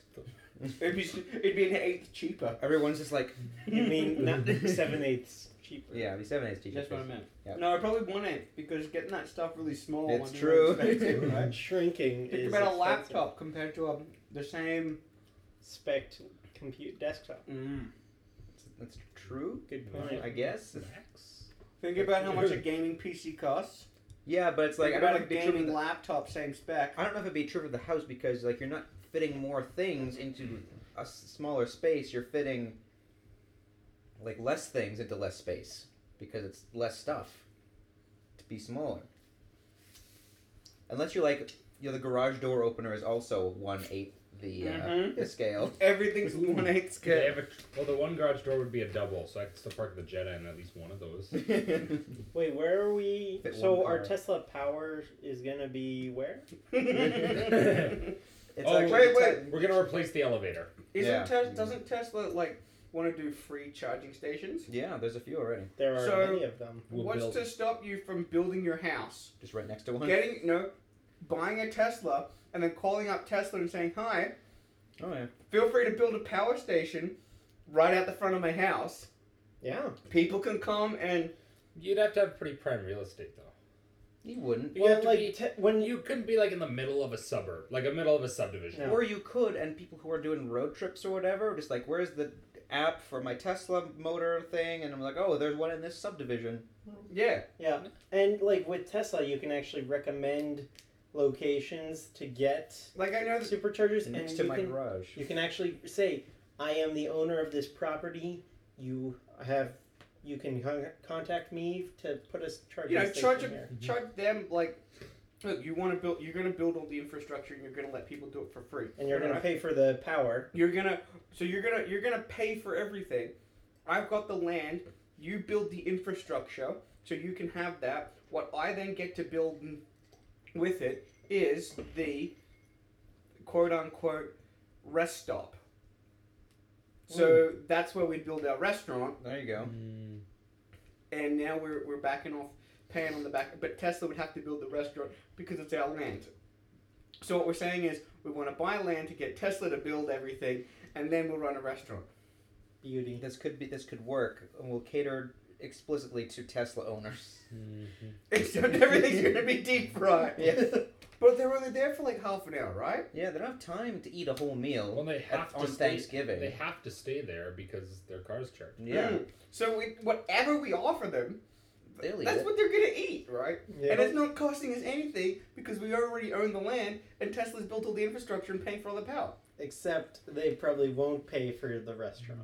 B: It'd be it'd be an eighth cheaper.
D: Everyone's just like,
E: you mean not seven eighths cheaper?
D: yeah, it'd be seven eighths.
B: That's what I meant.
D: Yep.
B: No, probably one eighth because getting that stuff really small.
D: It's
B: on your
D: true.
B: expensive, right?
E: Shrinking
B: Think
E: is
B: about a
E: expensive.
B: laptop compared to a, the same.
E: spec compute desktop.
B: Mm.
D: That's true.
E: Good
C: Yeah.
E: point.
D: I guess.
C: Max?
B: Think about how much a gaming PC costs.
D: Yeah, but it's like
B: Think
D: I don't,
B: about
D: know
B: a
D: if it'd be true
B: gaming
D: for the,
B: laptop, same spec.
D: I don't know if it'd be true for the house because like you're not fitting more things into a s- smaller space. You're fitting like less things into less space because it's less stuff to be smaller. Unless you're like you know the garage door opener is also one eighth the, uh,
B: Mhm.
C: Mm-hmm.
D: the scale.
B: Everything's one eighth
C: Could they
B: scale.
C: have a, well, the one garage door would be a double, so I could still park the Jetta in at least one of those.
E: Wait, where are we?
D: Fit
E: so
D: one
E: our
D: car.
E: Tesla power is gonna be where?
D: It's
C: Oh,
D: actually
B: wait,
D: the te-
C: We're gonna replace the elevator.
B: Isn't
D: Yeah.
B: Tes- doesn't Tesla like want to do free charging stations?
D: Yeah, there's a few already.
E: There are
B: So-
E: many of them.
C: We'll
B: What's
C: build-
B: to stop you from building your house,
D: Just right next to one.
B: getting no, buying a Tesla, and then calling up Tesla and saying, "Hi,
D: Oh yeah.
B: feel free to build a power station right out the front of my house.
E: Yeah.
B: People can come and
C: You'd have to have pretty prime real estate, though.
D: You wouldn't.
C: You
E: well,
C: have to
E: like
C: be-
E: te- when you
C: You couldn't be like in the middle of a suburb, like a middle of a subdivision.
E: No.
D: Or you could, and people who are doing road trips or whatever, just like, where's the app for my Tesla motor thing? And I'm like, oh, there's one in this subdivision.
B: yeah,
E: yeah, and like with Tesla, you can actually recommend locations to get
B: like I know that
E: superchargers,
D: Next
E: and
D: to
E: you
D: my
E: can
D: garage.
E: you can actually say, "I am the owner of this property. You have." You can con- contact me to put a charging
B: you know
E: station
B: charge
E: here.
B: charge them like." Look, you want to build. You're going to build all the infrastructure, and you're going to let people do it for free.
E: and you're going to
B: Right?
E: pay for the power.
B: You're gonna so you're gonna you're gonna pay for everything. I've got the land. You build the infrastructure so you can have that. What I then get to build n- with it is the quote unquote rest stop. So
E: Hmm.
B: that's where we build our restaurant,
D: There you go.
C: Mm.
B: and now we're, we're backing off paying on the back. But Tesla would have to build the restaurant because it's our land. So what we're saying is we want to buy land to get Tesla to build everything, and then we'll run a restaurant.
E: Beauty.
D: This could be this could work, and will cater explicitly to Tesla owners.
B: Except everything's gonna be deep fried.
D: Yeah.
B: But they're only there for like half an hour, right?
D: Yeah, they don't have time to eat a whole
C: Well,
D: meal
C: they have to
D: on
C: stay-
D: Thanksgiving.
C: They have to stay there because their car's charged.
D: yeah,
B: Mm. So we, whatever we offer them,
E: Mm.
D: They'll eat
B: that's
D: it.
B: what they're gonna eat, right?
E: Yeah.
B: And it's not costing us anything because we already own the land and Tesla's built all the infrastructure and paying for all the power.
E: Except they probably won't pay for the restaurant.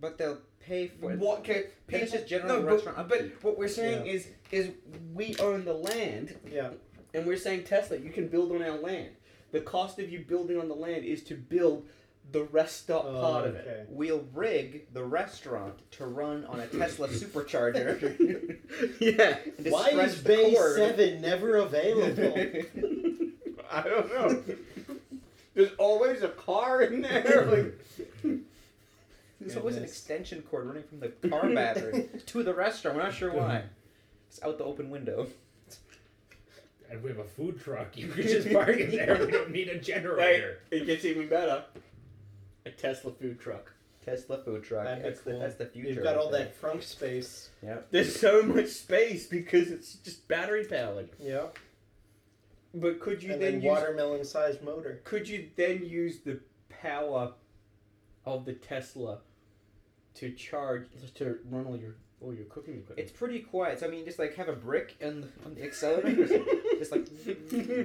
D: but they'll pay for it.
B: What can
D: Then it's just general
B: no, but-
D: restaurant
B: But,
D: upkeep.
B: what we're saying is, is we own the land,
E: Yeah.
B: and we're saying Tesla, you can build on our land. The cost of you building on the land is to build the rest stop
E: Oh,
B: part of it.
E: okay.
D: We'll rig the restaurant to run on a Tesla supercharger. yeah. and to
E: Why
D: stretch
E: is
D: the
E: Bay
D: cord.
E: Seven never available?
B: I don't know. There's always a car in there. Like,
D: There's always an
E: Goodness.
D: extension cord running from the car battery to the restaurant. We're not sure why. It's out the open window.
C: And we have a food truck. You could just park it there. We don't need a generator.
B: it gets even better. A Tesla food truck.
D: Tesla food truck.
E: That'd be
D: That's, the,
E: cool.
D: that's the future.
E: You've got all
D: right
E: that frunk space.
B: There's so much space because it's just battery powered.
E: Yeah.
B: But could you
E: and
B: then,
E: then
B: use
E: watermelon-sized motor.
B: could you then use the power of the Tesla to charge to run all your all your cooking
D: there.
B: equipment?
D: It's pretty quiet. So, I mean, just like have a brick on the, on the accelerator. just like.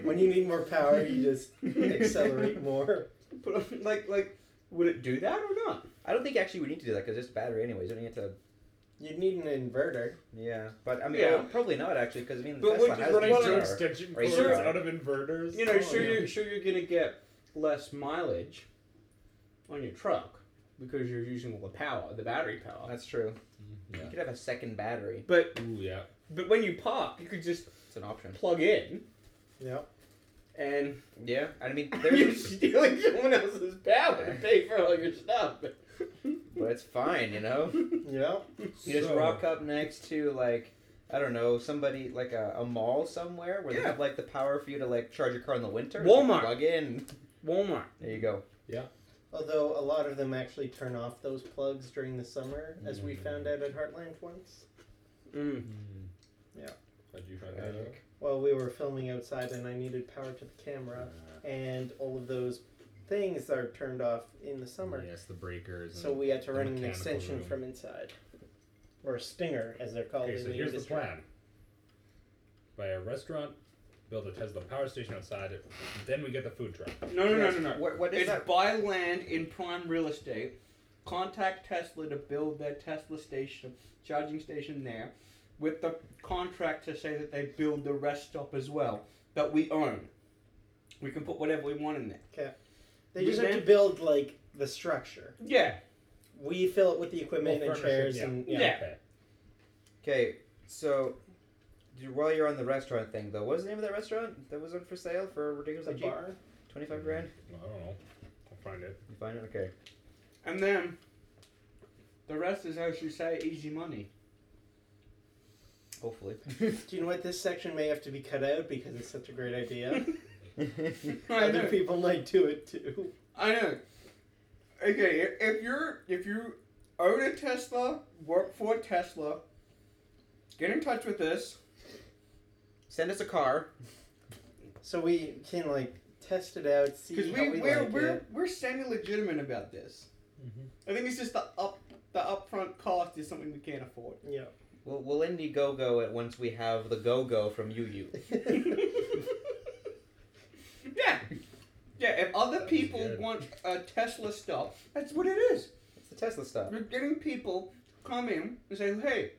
E: When you need more power, you just accelerate more.
B: But, like like would it do that or not?
D: I don't think actually we need to do that because it's battery anyways. You don't need to.
E: You'd need an inverter.
D: Yeah. But I mean,
B: Yeah.
D: well, probably not actually because I mean,
B: But
D: Tesla
B: we're
D: has
B: just running
D: a
B: Well,
C: Two
B: through
D: car.
C: extension
D: Right.
C: cords
B: Sure.
C: out of inverters.
B: You know,
C: Oh,
B: sure
C: yeah.
B: you're sure you're gonna get less mileage on your truck because you're using all the power, the battery power.
D: That's true.
E: Mm-hmm.
C: Yeah.
D: You could have a second battery.
B: But
C: Ooh, yeah.
B: but when you park, you could just
D: It's an option.
B: plug in
E: Yep.
B: and
D: Yeah. I mean,
B: You're
D: there's.
B: stealing someone else's power to pay for all your stuff.
D: but it's fine, you know?
E: Yep.
D: You just
C: So-
D: rock up next to like I don't know somebody like a, a mall somewhere where they
B: Yeah.
D: have like the power for you to like charge your car in the winter.
B: Walmart.
D: Plug in.
B: Walmart.
D: There you go.
E: Although a lot of them actually turn off those plugs during the summer, as we found out at Heartland once.
B: Mm.
C: How'd you find that out?
E: Well, we were filming outside and I needed power to the
C: uh,
E: camera, and all of those things are turned off in the summer.
C: Yes, the breakers.
E: So we had to run an
C: Mechanical
E: extension
C: room.
E: from inside. Or a stinger, as they're called.
C: Okay,
E: in
C: so
E: the
C: here's the
E: industry.
C: plan. Buy a restaurant, build a Tesla power station outside it, then we get the food truck.
B: No, no, no, no, no.
D: What, what is
B: It's
D: that?
B: buy land in prime real estate. Contact Tesla to build their Tesla station, charging station there, with the contract to say that they build the rest stop as well that we own. We can put whatever we want in there.
E: They just have to
B: Then-
E: build, like, the structure.
B: Yeah,
E: We fill it with the equipment
C: Well,
E: and
C: furnish it,
E: chairs
C: Oh, yeah.
E: and.
B: yeah.
C: Okay.
D: Okay, so you- while you're on the restaurant thing though, what was the name of that restaurant that was up for sale for
E: The
D: ridiculously cheap?
E: bar?
D: Twenty five grand.
C: Well, I don't know. I'll find it.
D: You find it? Okay.
B: And then the rest is, as you say, easy money.
D: Hopefully.
E: Do you know what? This section may have to be cut out because it's such a great idea.
B: I
E: Other
B: know.
E: people might do it too.
B: I know. Okay, if- if you're if you own a Tesla, work for Tesla, get in touch with us.
D: Send us a car.
E: So we can like test it out, see
B: Because
E: how
B: we,
E: we,
B: we are
E: like
B: we're
E: it.
B: we're semi-legitimate about this. I think it's just the up the upfront cost is something we can't afford.
E: Yeah.
D: We'll, we'll Indiegogo it once we have the go go from UU.
B: yeah, yeah. If other
C: That was
B: people
C: good.
B: want a Tesla stuff, that's what it is.
D: It's the Tesla stuff.
B: We're getting people come in and say, "Hey,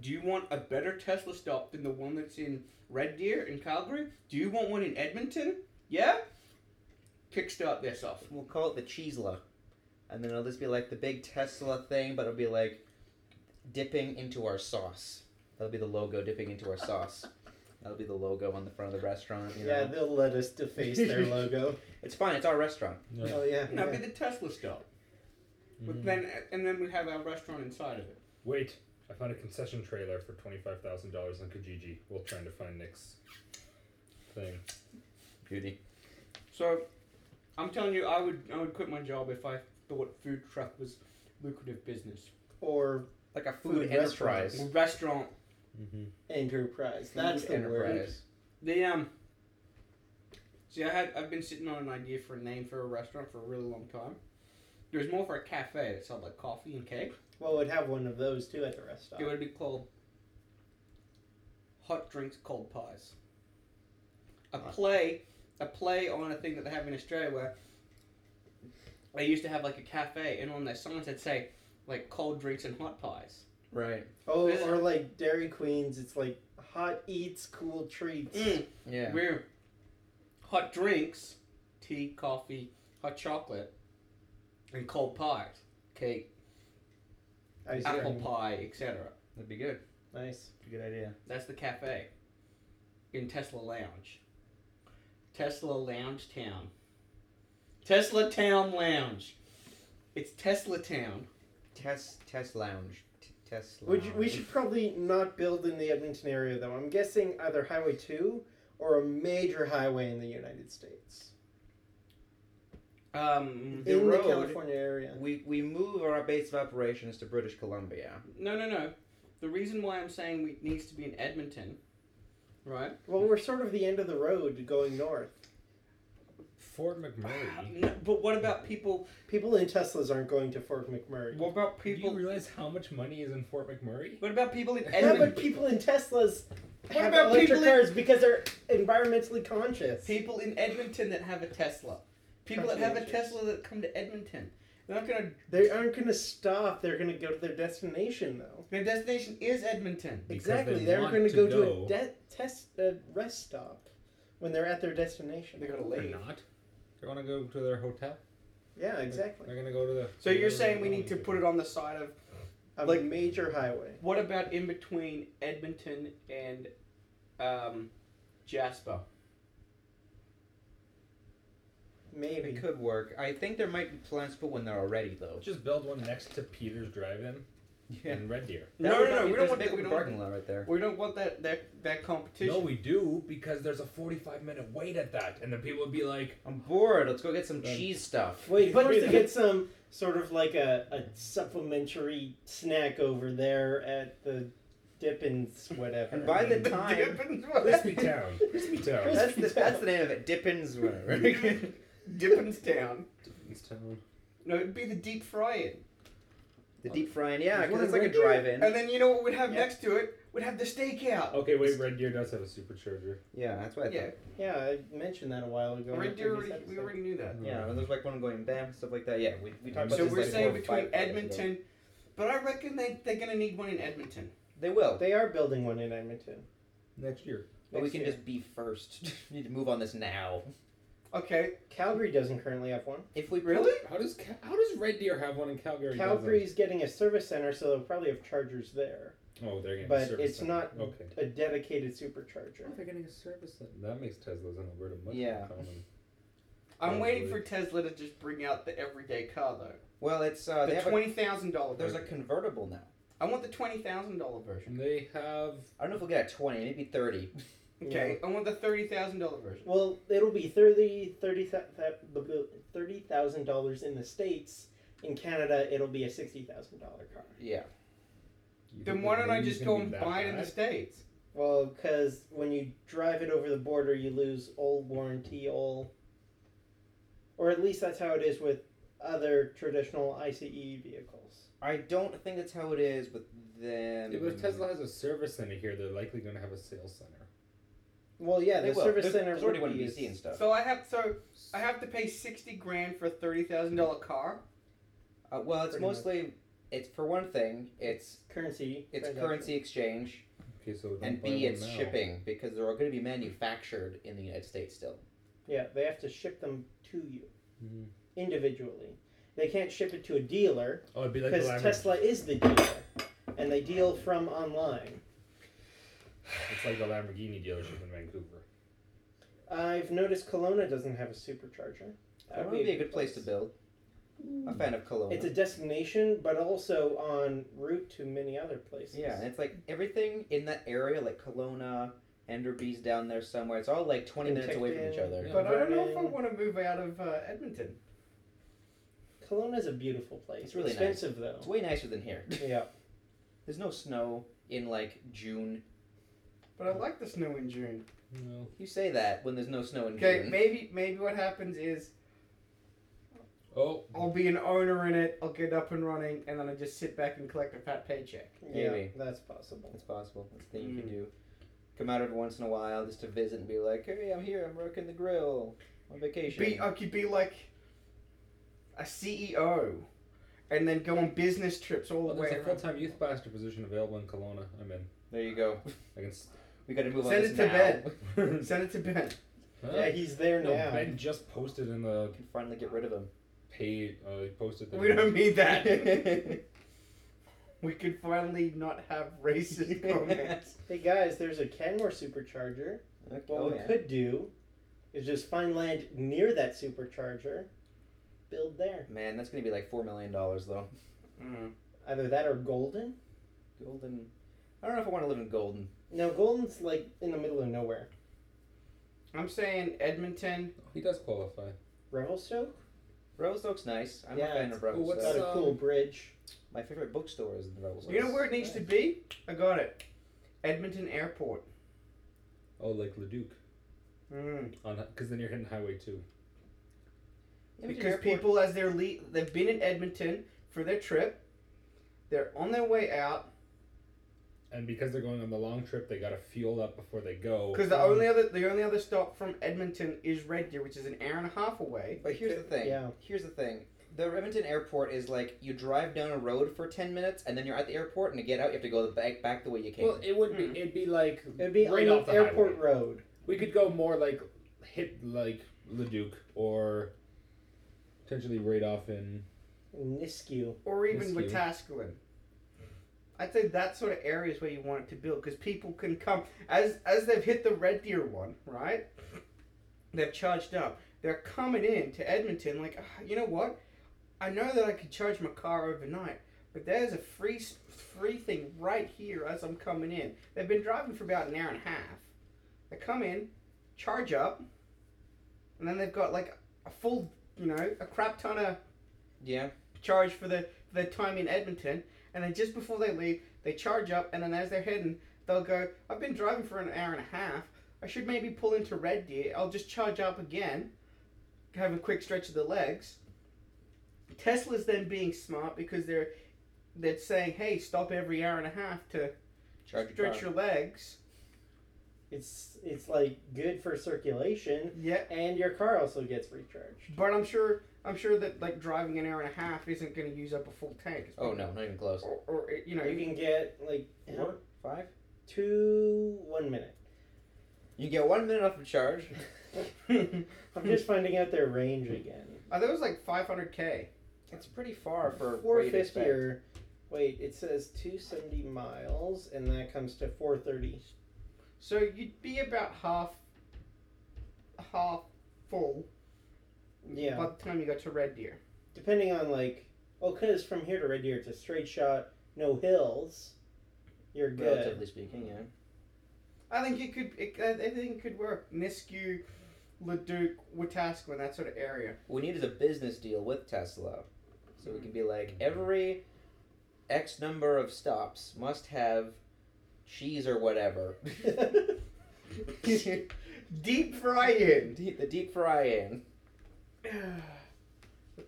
B: do you want a better Tesla stop than the one that's in Red Deer in Calgary? Do you want one in Edmonton? Yeah." Kickstart this off.
D: We'll call it the Cheesla. And then it'll just be like the big Tesla thing, but it'll be like dipping into our sauce. That'll be the logo dipping into our sauce. That'll be the logo on the front of the restaurant. You know?
E: Yeah, they'll let us deface their logo.
D: It's fine, it's our restaurant.
E: Oh yeah.
B: No,
E: yeah.
B: be the Tesla stop.
C: Mm-hmm.
B: But then, and then we have our restaurant inside of it.
C: Wait, I found a concession trailer for $25,000 on Kijiji. We'll try to find Nick's thing.
D: Beauty.
B: So, I'm telling you, I would I would quit my job if I thought food truck was lucrative business.
E: or
D: Like a
E: Food
D: food, enterprise.
E: restaurant.
B: Restaurant.
C: Mm-hmm.
E: enterprise.
D: Food
E: That's the word.
D: enterprise.
B: They um. See, I had I've been sitting on an idea for a name for a restaurant for a really long time. There was more for a cafe that sold like coffee and cake.
E: Well, we'd have one of those too at the rest stop.
B: It would be called Hot Drinks Cold Pies. A play, a play on a thing that they have in Australia where they used to have like a cafe, and on their signs they'd say like cold drinks and hot pies.
D: Right.
E: Oh, or like Dairy Queens, it's like hot eats, cool treats.
B: Mm,
D: Yeah.
B: We're hot drinks, tea, coffee, hot chocolate, and cold pies, cake,
E: Ice
B: apple
E: cream.
B: pie, etc.
D: That'd be good.
E: Nice.
D: Good idea.
B: That's the cafe in Tesla Lounge. Tesla Lounge Town. Tesla Town Lounge. It's Tesla Town.
D: Test test lounge. T- test.
E: Would you, we
D: lounge.
E: should probably not build in the Edmonton area though. I'm guessing either Highway 2 or a major highway in the United States.
B: Um,
D: The
E: in
D: road-
E: the California area.
D: We we move our base of operations to British Columbia.
B: no, no, no. The reason why I'm saying we- it needs to be in Edmonton, right?
E: Well, we're sort of the end of the road going north.
C: Fort McMurray.
B: No, but what about people?
E: People in Teslas aren't going to Fort McMurray.
B: What about
C: Do you
B: people?
C: realize how much money is in Fort McMurray?
B: What about people in
E: yeah,
B: Edmonton?
E: but people in Teslas
B: What
E: have
B: about
E: electric
B: people in-
E: cars because they're environmentally conscious.
B: People in Edmonton that have a Tesla. People that have a Tesla that come to Edmonton. They're not gonna.
E: They aren't going to stop. They're going to go to their destination though.
B: Their destination is Edmonton.
C: Because
E: exactly.
C: they
E: They are
C: want
E: going to
C: to
E: go
C: go.
E: to a de- test a rest stop when they're at their destination.
B: They're gonna
C: They're
B: leave.
C: not. They're gonna go to their hotel.
E: Yeah, exactly.
C: They're gonna go to the.
B: So you're saying we need to put it on the side of
E: A
B: Like-
E: major highway.
B: what about in between Edmonton and um, Jasper?
E: Maybe.
D: It could work. I think there might be plans for when they're already though.
C: Just build one next to Peter's Drive-In in Red Deer.
D: That
B: No,
D: would
B: no,
D: not
B: no.
D: be-
B: We don't
D: there's a
B: want
D: big
B: that. We
D: open
B: don't,
D: parking lot right there.
B: we don't want that that that competition.
C: No, we do because there's a 45 minute wait at that, and then people would be like,
D: I'm bored. Let's go get some
C: Then-
D: cheese stuff.
E: Wait,
B: But-
E: first to get some sort of like a, a supplementary snack over there at the Dippins, whatever.
D: And by the time
B: Dippin'
C: "Crispy Town, Crispy Town."
D: that's the, that's the name of it, Dippins. Whatever.
B: Dippin's Town.
C: Crispy Town.
B: No, it'd be the deep frying.
D: the deep frying, yeah,
E: There's
D: because it's
E: one
D: like a
E: right there.
D: drive-in.
B: And then you know what we'd have
E: Yeah.
B: next to it? We'd have the
D: Oh,
B: stakeout.
C: Okay, wait. Red Deer does have a supercharger.
D: Yeah, that's what I
B: Yeah,
D: thought.
E: Yeah, I mentioned that a while ago. in
B: we
E: the
B: already,
E: previous
B: we
E: episode.
B: already knew that.
D: Yeah, and there's like one going bam and stuff like that. Yeah, we, we talked about
B: So
D: this
B: we're
D: like
B: saying
D: four or
B: between
D: five times ago.
B: Edmonton, but I reckon they they're gonna need one in Edmonton.
D: They will.
E: They are building one in Edmonton.
C: Next year.
D: But we
E: next
D: can
E: year.
D: just be first. we need to move on this now.
B: Okay.
E: Calgary doesn't currently have one.
D: If we
C: How does Ca- how does Red Deer have one in Calgary? doesn't?
E: Calgary's getting a service center, so they'll probably have chargers there.
C: Oh, they're getting. a
E: but
C: service
E: it's
C: center.
E: not-
C: Okay.
E: A dedicated supercharger.
C: they're getting a service center. That makes Teslas and Alberta much
D: Yeah.
C: more common.
B: I'm
C: Yeah,
B: waiting
C: we-
B: for Tesla to just bring out the everyday car though.
D: Well, it's uh, they
B: the
D: have a-
B: twenty thousand dollar
D: there's a
B: version.
D: convertible now.
B: I want the twenty thousand dollar version.
C: And they have.
D: I don't know if we'll get a twenty, maybe thirty.
B: Okay. I want the thirty thousand dollar version.
E: Well, it'll be thirty thirty thirty thousand dollars in the states. In Canada, it'll be a sixty thousand dollar car.
D: Yeah.
C: You
B: Then
C: think
B: why
C: the
B: don't I
C: May's
B: just
C: gonna
B: go
C: be
B: and
C: that
B: buy it in the
C: bad?
B: states?
E: Well, because when you drive it over the border, you lose all warranty, all, or at least that's how it is with other traditional ICE vehicles.
D: I don't think that's how it is with them.
C: Yeah, but if Tesla has a service center here, they're likely going to have a sales center.
E: Well, yeah,
D: They
E: the
D: will.
E: service
D: There's-
E: center
D: there's already
E: would
D: one in
E: be
D: BC and stuff.
B: So I have so I have to pay sixty grand for a thirty thousand dollar car.
D: Uh, well, it's
E: Pretty much.
D: mostly it's for one thing, it's
E: currency.
D: it's
E: transaction.
D: currency exchange,
C: Okay, so don't
D: and
C: buy
D: B,
C: one
D: it's
C: now.
D: shipping because they're going to be manufactured in the United States still.
E: Yeah, they have to ship them to you
C: Mhm.
E: individually. They can't ship it to a dealer.
C: Oh, it'd be like the
E: Because
C: average.
E: Tesla is the dealer, and they deal from online.
C: It's like the Lamborghini dealership in Vancouver.
E: I've noticed Kelowna doesn't have a supercharger.
D: That would be a good place to build. A fan of Kelowna.
E: It's a destination, but also on route to many other places.
D: yeah, and it's like everything in that area, like Kelowna, Enderby's down there somewhere. It's all like twenty
E: And
D: minutes away from each
E: Tiverton.
D: other.
C: Yeah.
B: But I don't know if I
E: Vernon.
B: want to move out of uh, Edmonton.
E: Kelowna is a beautiful place.
D: It's really
E: expensive
D: It's way nicer than here.
E: though. Yeah.
D: There's no snow in like June.
B: But I like the snow in June.
C: No.
D: You say that when there's no snow in
B: Okay,
D: June.
B: maybe maybe what happens is
C: Oh,
B: I'll be an owner in it. I'll get up and running, and then I just sit back and collect a fat paycheck.
E: Yeah,
D: Maybe.
E: that's possible.
D: It's possible. It's a thing you can
B: Hmm.
D: do. Come out every once in a while just to visit and be like, hey, I'm here. I'm working the grill on vacation.
B: Be I could be like a CEO, and then go on business trips all
C: well,
B: the
C: Oh, there's
B: way.
C: a
B: around.
C: full-time youth pastor position available in Kelowna. I'm in.
D: there you go.
C: I can. s-
D: We got to move on.
B: Send
D: this
B: it to
D: now.
B: bed. Send it to Ben.
C: Huh?
E: Yeah, he's there
C: Oh. No,
E: now.
C: Ben just posted in the
D: We can finally get rid of him.
C: page. Uh, he posted. that
B: We
C: he-
B: don't need that. we could finally not have racist comments.
E: Hey guys, there's a Kenmore supercharger.
D: Okay.
E: What
D: oh,
E: we
D: yeah.
E: could do is just find land near that supercharger, build there.
D: Man, that's going to be like $4 million, though.
C: Mm-hmm.
E: Either that or Golden.
D: Golden. I don't know if I want to live in Golden.
E: Now Golden's like in the middle of nowhere.
B: I'm saying Edmonton.
C: He does qualify.
E: Revelstoke?
D: Revelstoke's nice. I'm
E: Yeah,
D: a fan
E: it's-
D: of
C: Oh,
D: Revelstoke.
C: what's
E: Got a
C: um,
E: cool bridge.
D: My favorite bookstore is in Revelstoke.
B: You know where it needs to be? I got it. Edmonton Airport.
C: Oh, like Leduc.
B: Mm.
C: On because then you're hitting Highway Two.
D: Edmonton
B: Because
D: Airport-
B: people, as they're le- they've been in Edmonton for their trip, they're on their way out.
C: And because they're going on the long trip, they gotta fuel up before they go.
B: Because the only other the only other stop from Edmonton is Red Deer, which is an hour and a half away.
D: But here's the thing.
E: Yeah.
D: Here's the thing. The Edmonton airport is like you drive down a road for ten minutes, and then you're at the airport, and to get out, you have to go the back back the way you came.
H: Well, it would be.
B: Hmm.
H: It'd be like
E: It'd be
H: right
E: on
H: off the
E: Airport
H: highway.
E: Road.
H: We could go more like hit like
C: Leduc or potentially right off in.
E: Nisku.
B: Or
C: Yes,
B: even
C: you.
B: Wetaskiwin. I'd say that sort of area is where you want it to build because people can come as as they've hit the Red Deer one, right? They've charged up. They're coming in to Edmonton like, "Ah, you know what? I know that I could charge my car overnight, but there's a free s- free thing right here as I'm coming in. They've been driving for about an hour and a half. They come in, charge up, and then they've got like a full, you know, a crap ton of
D: Yeah.
B: charge for the for their time in Edmonton, and then just before they leave, they charge up, and then as they're heading, they'll go, "I've been driving for an hour and a half. I should maybe pull into Red Deer. I'll just charge up again, have a quick stretch of the legs." Tesla's then being smart because they're they're saying, "Hey, stop every hour and a half to
D: Charge your
B: stretch
D: car.
B: your legs."
E: It's it's like good for circulation
B: Yeah,
E: and your car also gets recharged.
B: but I'm sure I'm sure that like driving an hour and a half isn't going to use up a full tank. It's
D: Oh
B: probably-
D: no, not even close.
B: Or, or you know,
E: You can get like
D: Four, five.
E: two one minute.
D: You get one minute off of charge.
E: I'm just finding out their range again.
B: I thought it was like 500k.
D: It's pretty far for
E: Four
D: what you'd
E: fifty
D: expect.
E: or wait, it says two seventy miles, and that comes to four thirty.
B: So you'd be about half, half full
E: Yeah,
B: by the time you got to Red Deer.
E: depending on like, well, because from here to Red Deer, it's a straight shot, no hills. You're good.
D: Relatively speaking, yeah.
B: I think it could. It, I think it could work. Nisku, Leduc, Wetaskiwin, that sort of area.
D: What we need is a business deal with Tesla, so we can be like every X number of stops must have cheese or whatever.
B: Deep fry in.
D: Deep- the deep fry in.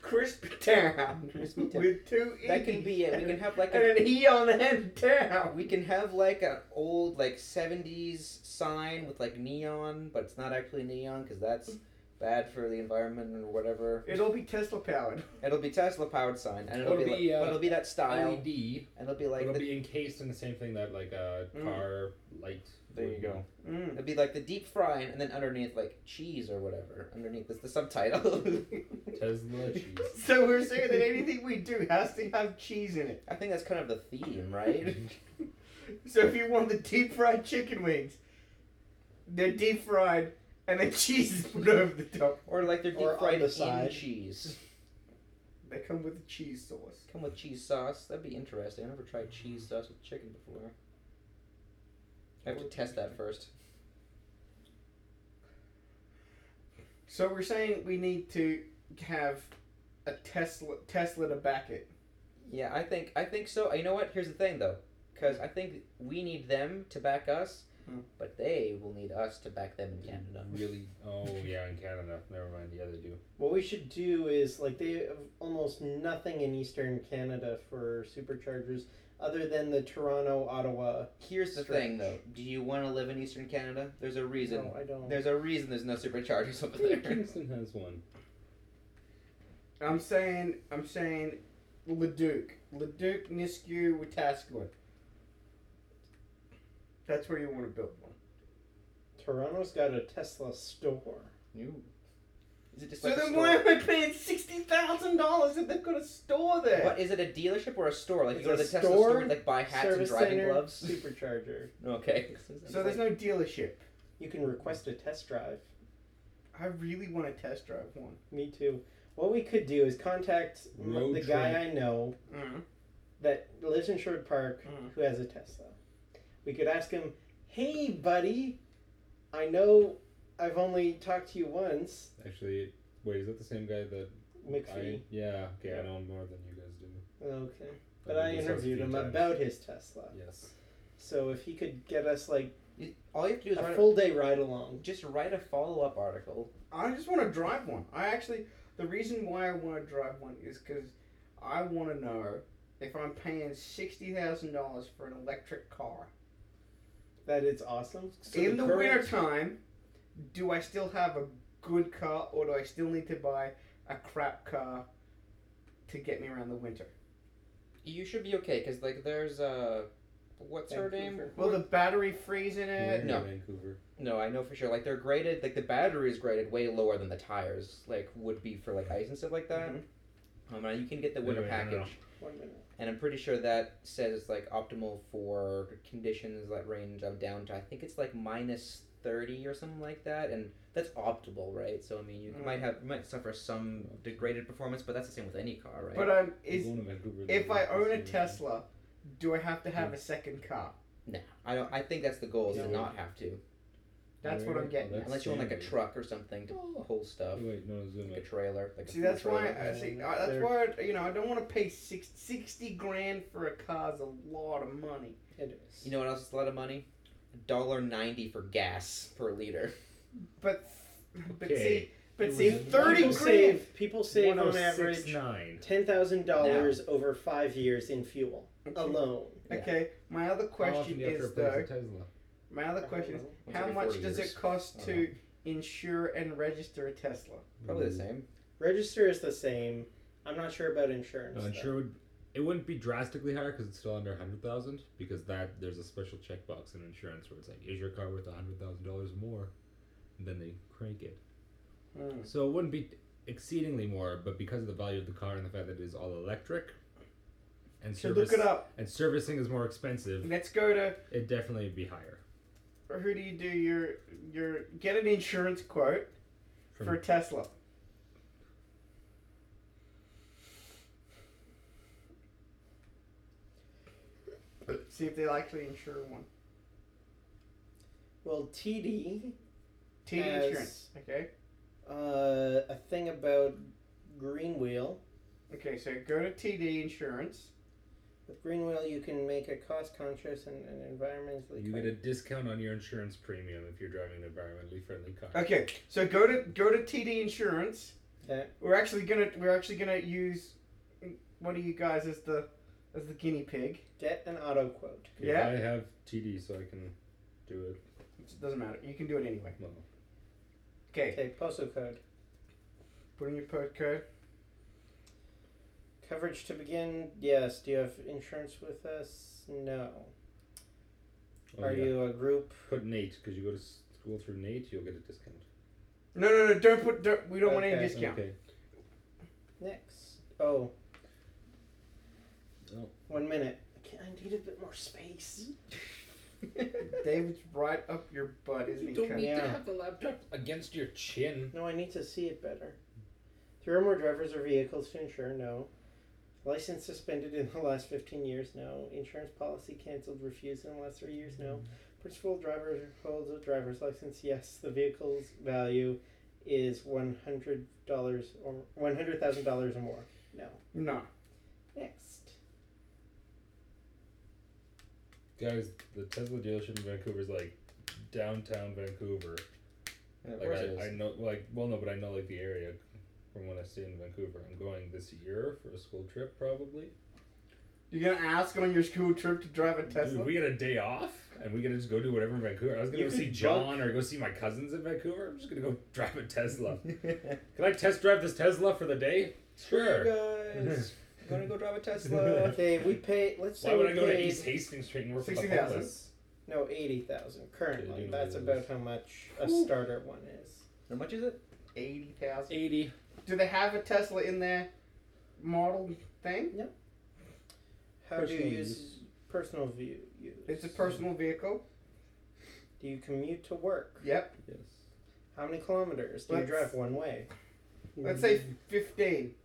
B: Crisp town.
D: Crispy town.
B: With two
D: That can
B: E's
D: be it. We can have like
B: and
D: a
B: an E on the end down.
D: We can have like an old like seventies sign with like neon, but it's not actually neon because that's bad for the environment or whatever.
B: It'll be Tesla powered.
D: It'll be Tesla powered sign, and it'll,
C: It'll
D: be,
C: be,
D: like,
C: uh,
D: but it'll be that style,
C: LED.
D: and it'll be like
C: it'll
D: the,
C: be encased in the same thing that like a
B: Mm.
C: car light.
D: there you
C: would
D: go.
B: Mm.
D: It'll be like the deep frying, and then underneath like cheese or whatever. Underneath is the subtitle.
C: be. Tesla cheese.
B: So we're saying that anything we do has to have cheese in it.
D: I think that's kind of the theme, right?
B: So if you want the deep fried chicken wings, they're deep fried and the cheese is put over the top.
D: or like they're deep
E: Or on
D: fried
E: the
D: in
E: side.
D: cheese.
B: They come with a cheese sauce.
D: Come with cheese sauce. That'd be interesting. I've never tried cheese sauce with chicken before. I have to test that first.
B: So we're saying we need to have a Tesla Tesla to back it.
D: Yeah, I think I think so. You know what? Here's the thing though, because I think we need them to back us,
B: Hmm.
D: but they will need us to back them in Canada.
C: Really? Oh yeah, in Canada. Never mind. Yeah, they do.
E: What we should do is like they have almost nothing in Eastern Canada for superchargers other than the Toronto, Ottawa.
D: Here's the thing though. Do you want to live in Eastern Canada? There's a reason.
E: No, I don't.
D: There's a reason there's no superchargers
C: I
D: over
C: think
D: there.
C: Kingston has one.
B: I'm saying I'm saying Leduc. Leduc, Nisku, Wetaskiwin. That's where you want to build one.
E: Toronto's got a Tesla store.
D: Is it just
B: So
D: like a
B: then
D: store?
B: why am I paying sixty thousand dollars if they've got a store there?
D: What is it? A dealership or a store? Like
E: It's
D: you go to
E: a
D: the Tesla
E: store,
D: store and like buy hats and
E: Service
D: driving
E: center,
D: gloves.
E: Supercharger.
D: okay.
B: So there's no dealership.
E: You can request a test drive.
B: I really want to test drive one.
E: Me too. What we could do is contact m-
C: Road
E: the
C: trip.
E: guy I know
D: Mm-hmm.
B: Mm.
E: that lives in Sherwood Park
B: Mhm.
E: who has a Tesla. We could ask him, "Hey, buddy, I know I've only talked to you once,
C: Actually, wait, is that the same guy that
E: McPhee."
C: I? Yeah. Okay, I know him more than you guys do.
E: Okay. But
C: I've
E: I
C: been to South
E: interviewed
C: a few
E: him
C: times.
E: about his Tesla.
C: Yes.
E: So if he could get us like
D: You- All you have to do is
E: a
D: write
E: full day ride along.
D: a, just write a follow up article.
B: I just want to drive one. I actually, the reason why I want to drive one is because I want to know if I'm paying sixty thousand dollars for an electric car
E: That it's awesome.
B: in the,
E: current-
B: winter time. Do I still have a good car, or do I still need to buy a crap car to get me around the winter?
D: You should be okay because like there's uh, what's her name?
E: Vancouver.
B: Will the battery freeze in
C: We're
B: it?
C: in
D: No.
C: Vancouver.
D: No, I know for sure. Like they're graded, like the battery is graded way lower than the tires, like would be for like ice and stuff like that.
E: Mm-hmm.
B: Mhm.
D: Um, and you can get the winter
C: Anyway, I don't
D: package,
E: One minute.
D: and I'm pretty sure that says it's like optimal for conditions that range of down to I think it's like minus thirty or something like that, and that's optimal, right? So I mean, you
B: Mhm.
D: might have you might suffer some degraded performance, but that's the same with any car, right?
B: But um,
C: We're
B: is
C: going to Vancouver
B: if
C: later
B: I
C: this
B: own a
C: year.
B: Tesla, do I have to have a second car?
D: no, I don't. I think that's the goal is
E: Yeah.
D: to not have to,
B: That's what I'm getting. at.
D: unless you own like a
C: Standard.
D: truck or something to pull stuff,
C: Wait, no, zoom
D: like a
C: it.
D: trailer, like a
B: See,
D: full
B: that's why.
D: trailer.
B: I, see, I, that's why you know I don't want to pay six, 60 grand for a car's a lot of money.
E: It is.
D: You know what else is a lot of money? dollar ninety for gas per liter.
B: But but see,
C: Okay.
B: but
C: It
B: see,
C: was-
B: thirty grand.
E: people save people save on average
C: nine.
E: ten thousand dollars over five years in fuel alone.
D: Yeah.
B: Okay, my other question is though. My other question is,
D: Once
B: how
D: every
B: much
D: 40
B: does
D: years.
B: it cost
D: I don't
B: to insure and register a Tesla?
D: Probably
C: Mm.
D: the same.
E: Register is the same. I'm not sure about insurance.
C: No,
E: though.
C: insured would it wouldn't be drastically higher because it's still under hundred thousand. Because that there's a special checkbox in insurance where it's like, is your car worth hundred thousand dollars more? And then they crank it.
B: Mm.
C: So it wouldn't be exceedingly more, but because of the value of the car and the fact that it is all electric, and
B: So look it up.
C: and servicing is more expensive,
B: Let's go to
C: it definitely would be higher.
B: who do you do your your get an insurance quote
C: From-
B: for a Tesla? See if they'll actually insure one.
E: Well, TD
B: TD
E: Yes.
B: insurance. Okay.
E: uh, a thing about Green Wheel.
B: Okay, so go to TD insurance.
E: With Green Wheel, you can make a cost conscious and, and environmentally.
C: You get
E: kind-
C: a discount on your insurance premium if you're driving an environmentally friendly car.
B: Okay, so go to go to TD insurance.
E: Okay.
B: We're actually gonna we're actually gonna use one of you guys as the as the guinea pig.
E: get an auto quote.
C: Okay,
B: Yeah.
C: I have TD, so I can do it.
B: It doesn't matter. You can do it anyway.
C: Well,
B: Okay,
E: Okay, postal code.
B: put in your postcode.
E: Coverage to begin. Yes. Do you have insurance with us? No.
C: oh,
E: Are
C: yeah.
E: you a group?
C: put Nate because you go to school through Nate, you'll get a discount.
B: No, no, no! Don't put. Don't, we don't want any
E: Okay.
B: discount.
C: Okay.
E: Next. Oh.
C: No.
E: One minute. I can't- I need a bit more space.
B: David's right up your butt, isn't he? cunt?
E: need to Yeah.
C: have the laptop against your chin.
E: No, I need to see it better. Three or more drivers or vehicles to insure? No. License suspended in the last 15 years? No. Insurance policy canceled, refused in the last three
C: Mm-hmm.
E: years? No. Principal driver holds a driver's license? Yes. The vehicle's value is one hundred dollars or one hundred thousand dollars or more. No.
B: No.
E: Next.
C: Guys, the Tesla dealership in Vancouver is like downtown Vancouver.
E: And of
C: Like
E: course it
C: I, I
E: is.
C: know, like well, no, but I know like the area from when I stay in Vancouver. I'm going this year for a school trip, probably.
B: You're gonna ask on your school trip to drive a Tesla?
C: Dude, we get a day off, and we get to just go do whatever in Vancouver. I was gonna
E: You
C: go see
E: could
C: John or go see my cousins in Vancouver. I'm just gonna go drive a Tesla. Can I test drive this Tesla for the day? Sure.
D: guys, I'm gonna go drive a Tesla.
E: Okay, we pay. Let's say
C: Why would
E: we
C: I go to
E: paid-
C: East Hastings Street and work for the
B: 60,000?
C: homeless?
E: No, eighty thousand currently.
C: Dude,
E: That's
C: it is.
E: about how much a starter one is.
D: How much is it?
B: Eighty thousand.
I: Eighty.
B: Do they have a Tesla in their model thing?
E: How do
I: Personal
E: you use
I: use.
E: personal view? Use?
B: It's a personal vehicle.
E: Do you commute to work?
B: Yep.
C: Yes.
E: How many kilometers do
B: Let's-
E: you drive one way?
B: Let's say fifteen.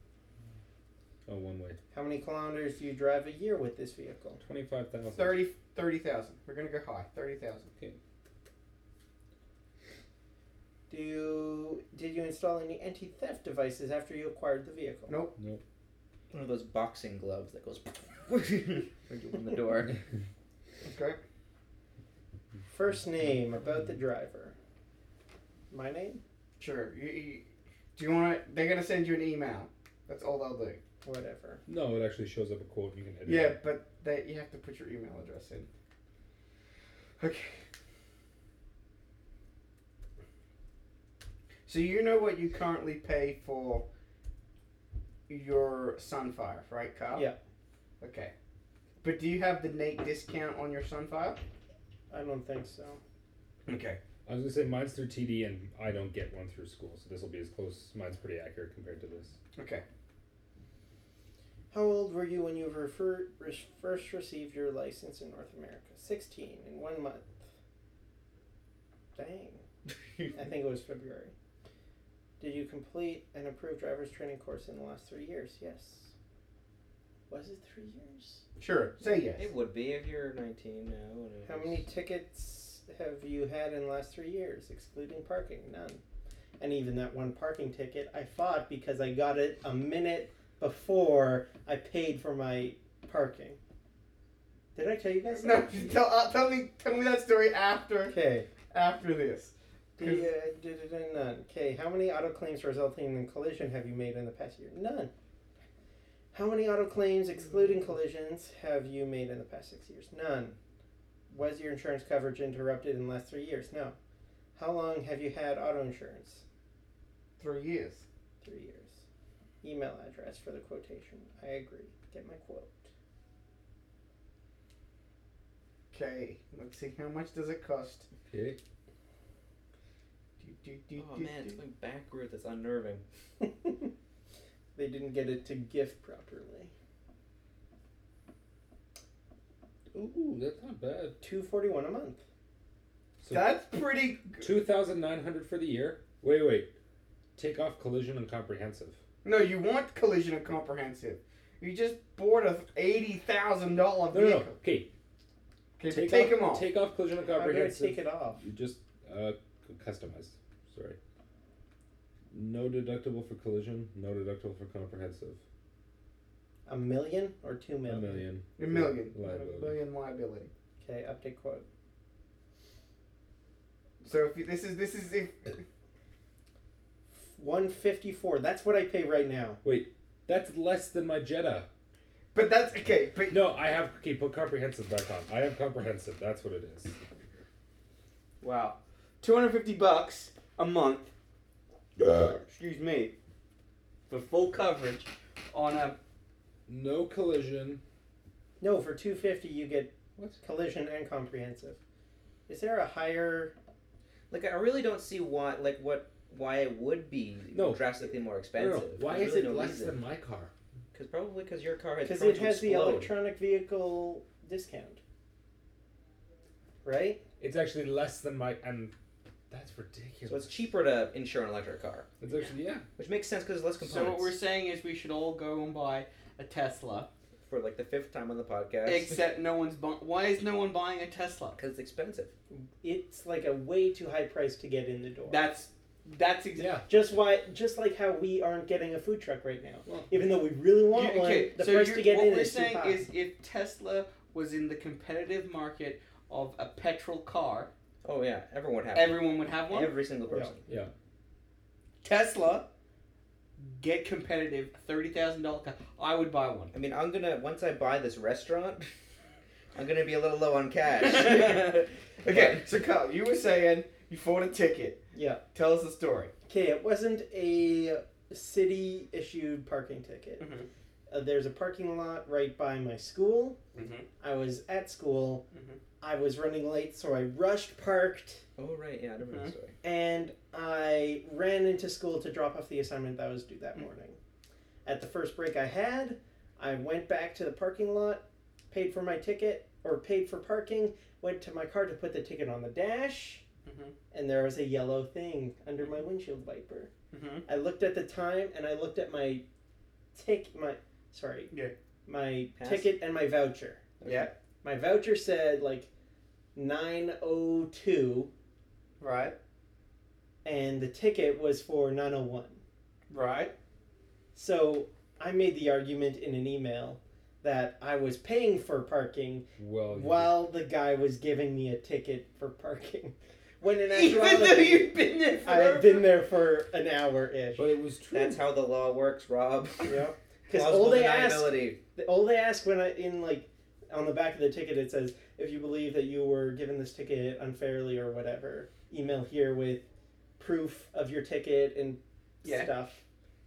C: Oh, one way.
E: How many kilometers do you drive a year with this vehicle?
C: Twenty-five thousand.
B: 30 30,000. We're gonna go high. Thirty thousand.
E: Do you did you install any anti theft devices after you acquired the vehicle?
B: Nope.
D: One of those boxing gloves that goes when you open the door.
B: Okay.
E: First name about the driver. My name?
B: Sure. You, you- do you want? to They're gonna send you an email. That's all they'll do.
E: Whatever.
C: No, it actually shows up a quote. You can edit.
B: Yeah,
C: it.
B: but they, you have to put your email address in. Okay. So you know what you currently pay for your Sunfire, right, Kyle?
E: Yeah.
B: Okay. But do you have the Nate discount on your Sunfire?
E: I don't think so.
B: Okay.
C: I was gonna say mine's through TD, and I don't get one through school, so this will be as close. Mine's pretty accurate compared to this.
B: Okay.
E: How old were you when you were fir- res- first received your license in North America? 16 in one month. Dang. I think it was February. Did you complete an approved driver's training course in the last three years? Yes. Was it three years?
B: Sure. Say yes.
D: It would be if you're 19 now. and it
E: How
D: was-
E: many tickets have you had in the last three years, excluding parking? None. And even that one parking ticket I fought because I got it a minute before I paid for my parking. Did I tell you guys
B: No,
E: that?
B: tell, uh, tell me tell me that story after
E: Okay.
B: after this.
E: Did, uh, did, did, none. Okay, how many auto claims resulting in collision have you made in the past year? None. How many auto claims excluding collisions have you made in the past six years? None. Was your insurance coverage interrupted in the last three years? No. How long have you had auto insurance?
B: Three years.
E: Three years. Email address for the quotation. I agree. Get my quote.
B: Okay. Let's see how much does it cost.
C: Okay.
B: Do, do, do,
D: Oh
B: do,
D: man, it's
B: do.
D: going backwards. It's unnerving.
E: they didn't get it to gift properly.
C: Ooh, that's not bad.
E: Two forty one a month.
C: So
B: That's pretty.
C: two thousand nine hundred for the year. Wait, wait. Take off collision and comprehensive.
B: No, you want collision and comprehensive. You just bought a eighty thousand dollar
C: No, no, no.
B: vehicle.
C: Okay,
B: Okay,
C: take,
B: take
C: off,
B: them off.
C: Take off collision and
E: How do I
C: comprehensive.
E: take it off?
C: You just uh, c- customize. Sorry. No deductible for collision. No deductible for comprehensive.
E: A million or two million?
C: A million.
B: a million.
C: Liability.
B: A million liability.
E: Okay, update quote.
B: So if you, this is this is if
E: 154. That's what I pay right now.
C: That's less than my Jetta.
B: but that's okay. But
C: No, I have. Okay, put comprehensive back on. I have comprehensive. That's what it is.
B: wow, two hundred fifty bucks a month. Excuse me.
J: For full coverage on a
C: No collision.
E: No, for 250 you get
C: What?
E: collision and comprehensive. Is there a higher
D: Like I really don't see why. Like what? Why it would be
C: No.
D: drastically more
C: No, no,
D: expensive.
C: no. Why
D: There's
C: is
D: really
C: it
D: no
C: less
D: reason.
C: than my car?
D: Because probably because your car has
E: cuz
D: prone
E: it
D: to
E: has the
D: explode.
E: electronic vehicle discount. Right?
C: It's actually less than my. And that's ridiculous.
D: So it's cheaper to insure an electric car,
C: It's actually yeah.
D: which makes sense because there's less
J: So
D: components.
J: what we're saying is we should all go and buy a Tesla.
D: For like the fifth time on the podcast.
J: Except no one's buying. Why is no one buying a Tesla?
D: Because it's expensive.
E: It's like a way too high price to get in the door.
J: That's
B: That's exactly.
C: Yeah.
E: Just why, just like how we aren't getting a food truck right now,
B: Well-
E: even though we really want
B: You-
E: one.
B: okay,
E: The
B: so
E: price
B: you're-
E: to get
B: what
E: in
B: we're
E: is too
B: saying
E: high.
B: is if Tesla was in the competitive market of a petrol car,
D: Oh yeah, everyone would have one.
B: everyone would have one.
D: Every single person.
B: Tesla, get competitive, thirty thousand dollar car. I would buy one.
D: I mean, I'm gonna once I buy this restaurant, I'm gonna be a little low on cash.
F: Okay, so Kyle, you were saying you fought a ticket.
E: Yeah.
F: Tell us the story.
E: Okay, it wasn't a city issued parking
B: Mm-hmm.
E: ticket.
F: Mhm.
E: Uh, there's a parking lot right by my school.
B: Mm-hmm.
F: Mhm.
E: I was at school.
F: Mhm.
E: I was running late, so I rushed, parked,
D: oh right, yeah, I remember
F: Mm-hmm.
D: the story.
E: and I ran into school to drop off the assignment that was due that morning. At the first break I had, I went back to the parking lot, paid for my ticket, or paid for parking, went to my car to put the ticket on the dash,
F: Mhm.
E: and there was a yellow thing under my windshield wiper.
B: Mm-hmm.
F: Mhm.
E: I looked at the time and I looked at my tick my sorry
F: Yeah.
E: my
D: Pass?
E: ticket and my voucher.
F: Yeah.
E: My voucher said like nine oh two,
F: Right.
E: and the ticket was for nine oh one.
F: Right.
E: So I made the argument in an email that I was paying for parking
C: Well,
E: while the guy was giving me a ticket for parking. When in
B: Even though
E: actuality,
B: you've been there
E: I had
B: forever.
E: been there for an hour ish.
C: but it was true.
D: That's how the law works, Rob.
E: Yeah. Because
D: Plausible
E: all they ask,
D: deniability.
E: all they ask when I in like on the back of the ticket it says if you believe that you were given this ticket unfairly or whatever, email here with proof of your ticket and
F: Yeah.
E: stuff.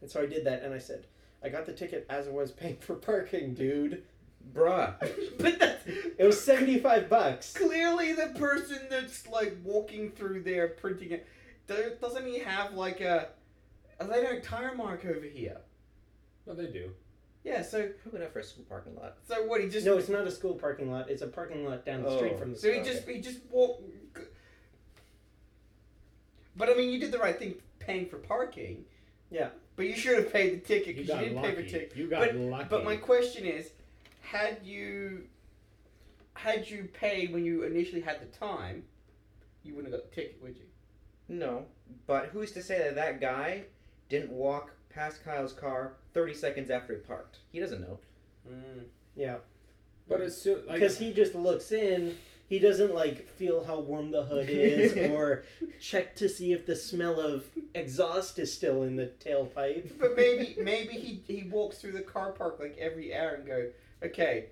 E: And so I did that, and I said I got the ticket as I was paying for parking, dude.
D: bruh.
B: but that's
E: It was seventy five bucks.
B: clearly the person that's like walking through there printing it. do- Doesn't he have like a?
F: They don't tire mark over here.
C: No, they do.
B: Yeah. So
D: Probably not for a school parking lot.
B: so what? He just
E: No, it's not a school parking lot. It's a parking lot down the street
D: Oh.
E: from the
B: So
E: school.
B: he just he just walked. But I mean, you did the right thing paying for parking.
E: Yeah.
B: But you should have paid the ticket
K: You
B: because you,
K: got
B: didn't pay for
K: lucky.
B: ticket.
K: You got
B: but,
K: lucky.
B: But my question is, had you had you paid when you initially had the time, you wouldn't have got the ticket, would you?
D: No, but who's to say that that guy didn't walk past Kyle's car 30 seconds after he parked? He doesn't know.
E: yeah,
K: But as soon like,
E: because he just looks in. He doesn't like feel how warm the hood is or check to see if the smell of exhaust is still in the tailpipe.
B: But maybe maybe he he walks through the car park like every hour and go, okay.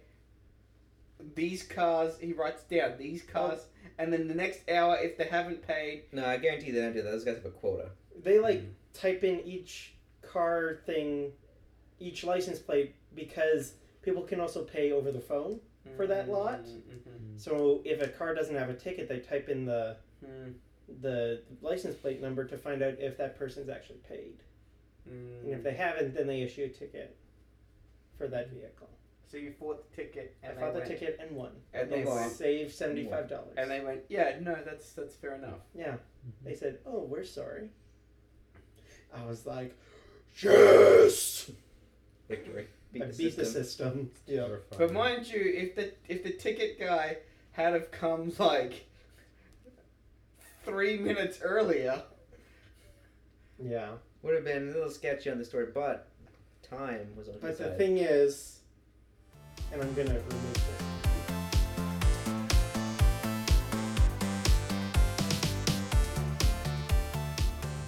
B: These cars, he writes down these cars, and then the next hour, if they haven't paid,
D: No, I guarantee they don't do that. Those guys have a quota.
E: They like type in each car thing, each license plate because people can also pay over the phone for
B: Mm-hmm.
E: that lot. So if a car doesn't have a ticket, they type in the
B: Mm-hmm.
E: the license plate number to find out if that person's actually paid. And
B: Mm.
E: if they haven't, then they issue a ticket for that vehicle.
B: So you fought the ticket, and
E: I
B: they
E: bought the
B: went-
E: ticket and won.
B: And they
E: They
D: won.
E: saved seventy five dollars.
B: and they Mm-hmm. went, yeah, no, that's that's fair enough.
E: They said, "Oh, we're sorry." I was like,
D: Yes! Victory.
E: "I beat the system." Yeah.
B: But mind you, if the if the ticket guy had have come like three minutes earlier,
E: Yeah.
D: Would have been a little sketchy on the story, but time was on his
E: But the
D: side.
E: thing is, and I'm gonna remove this.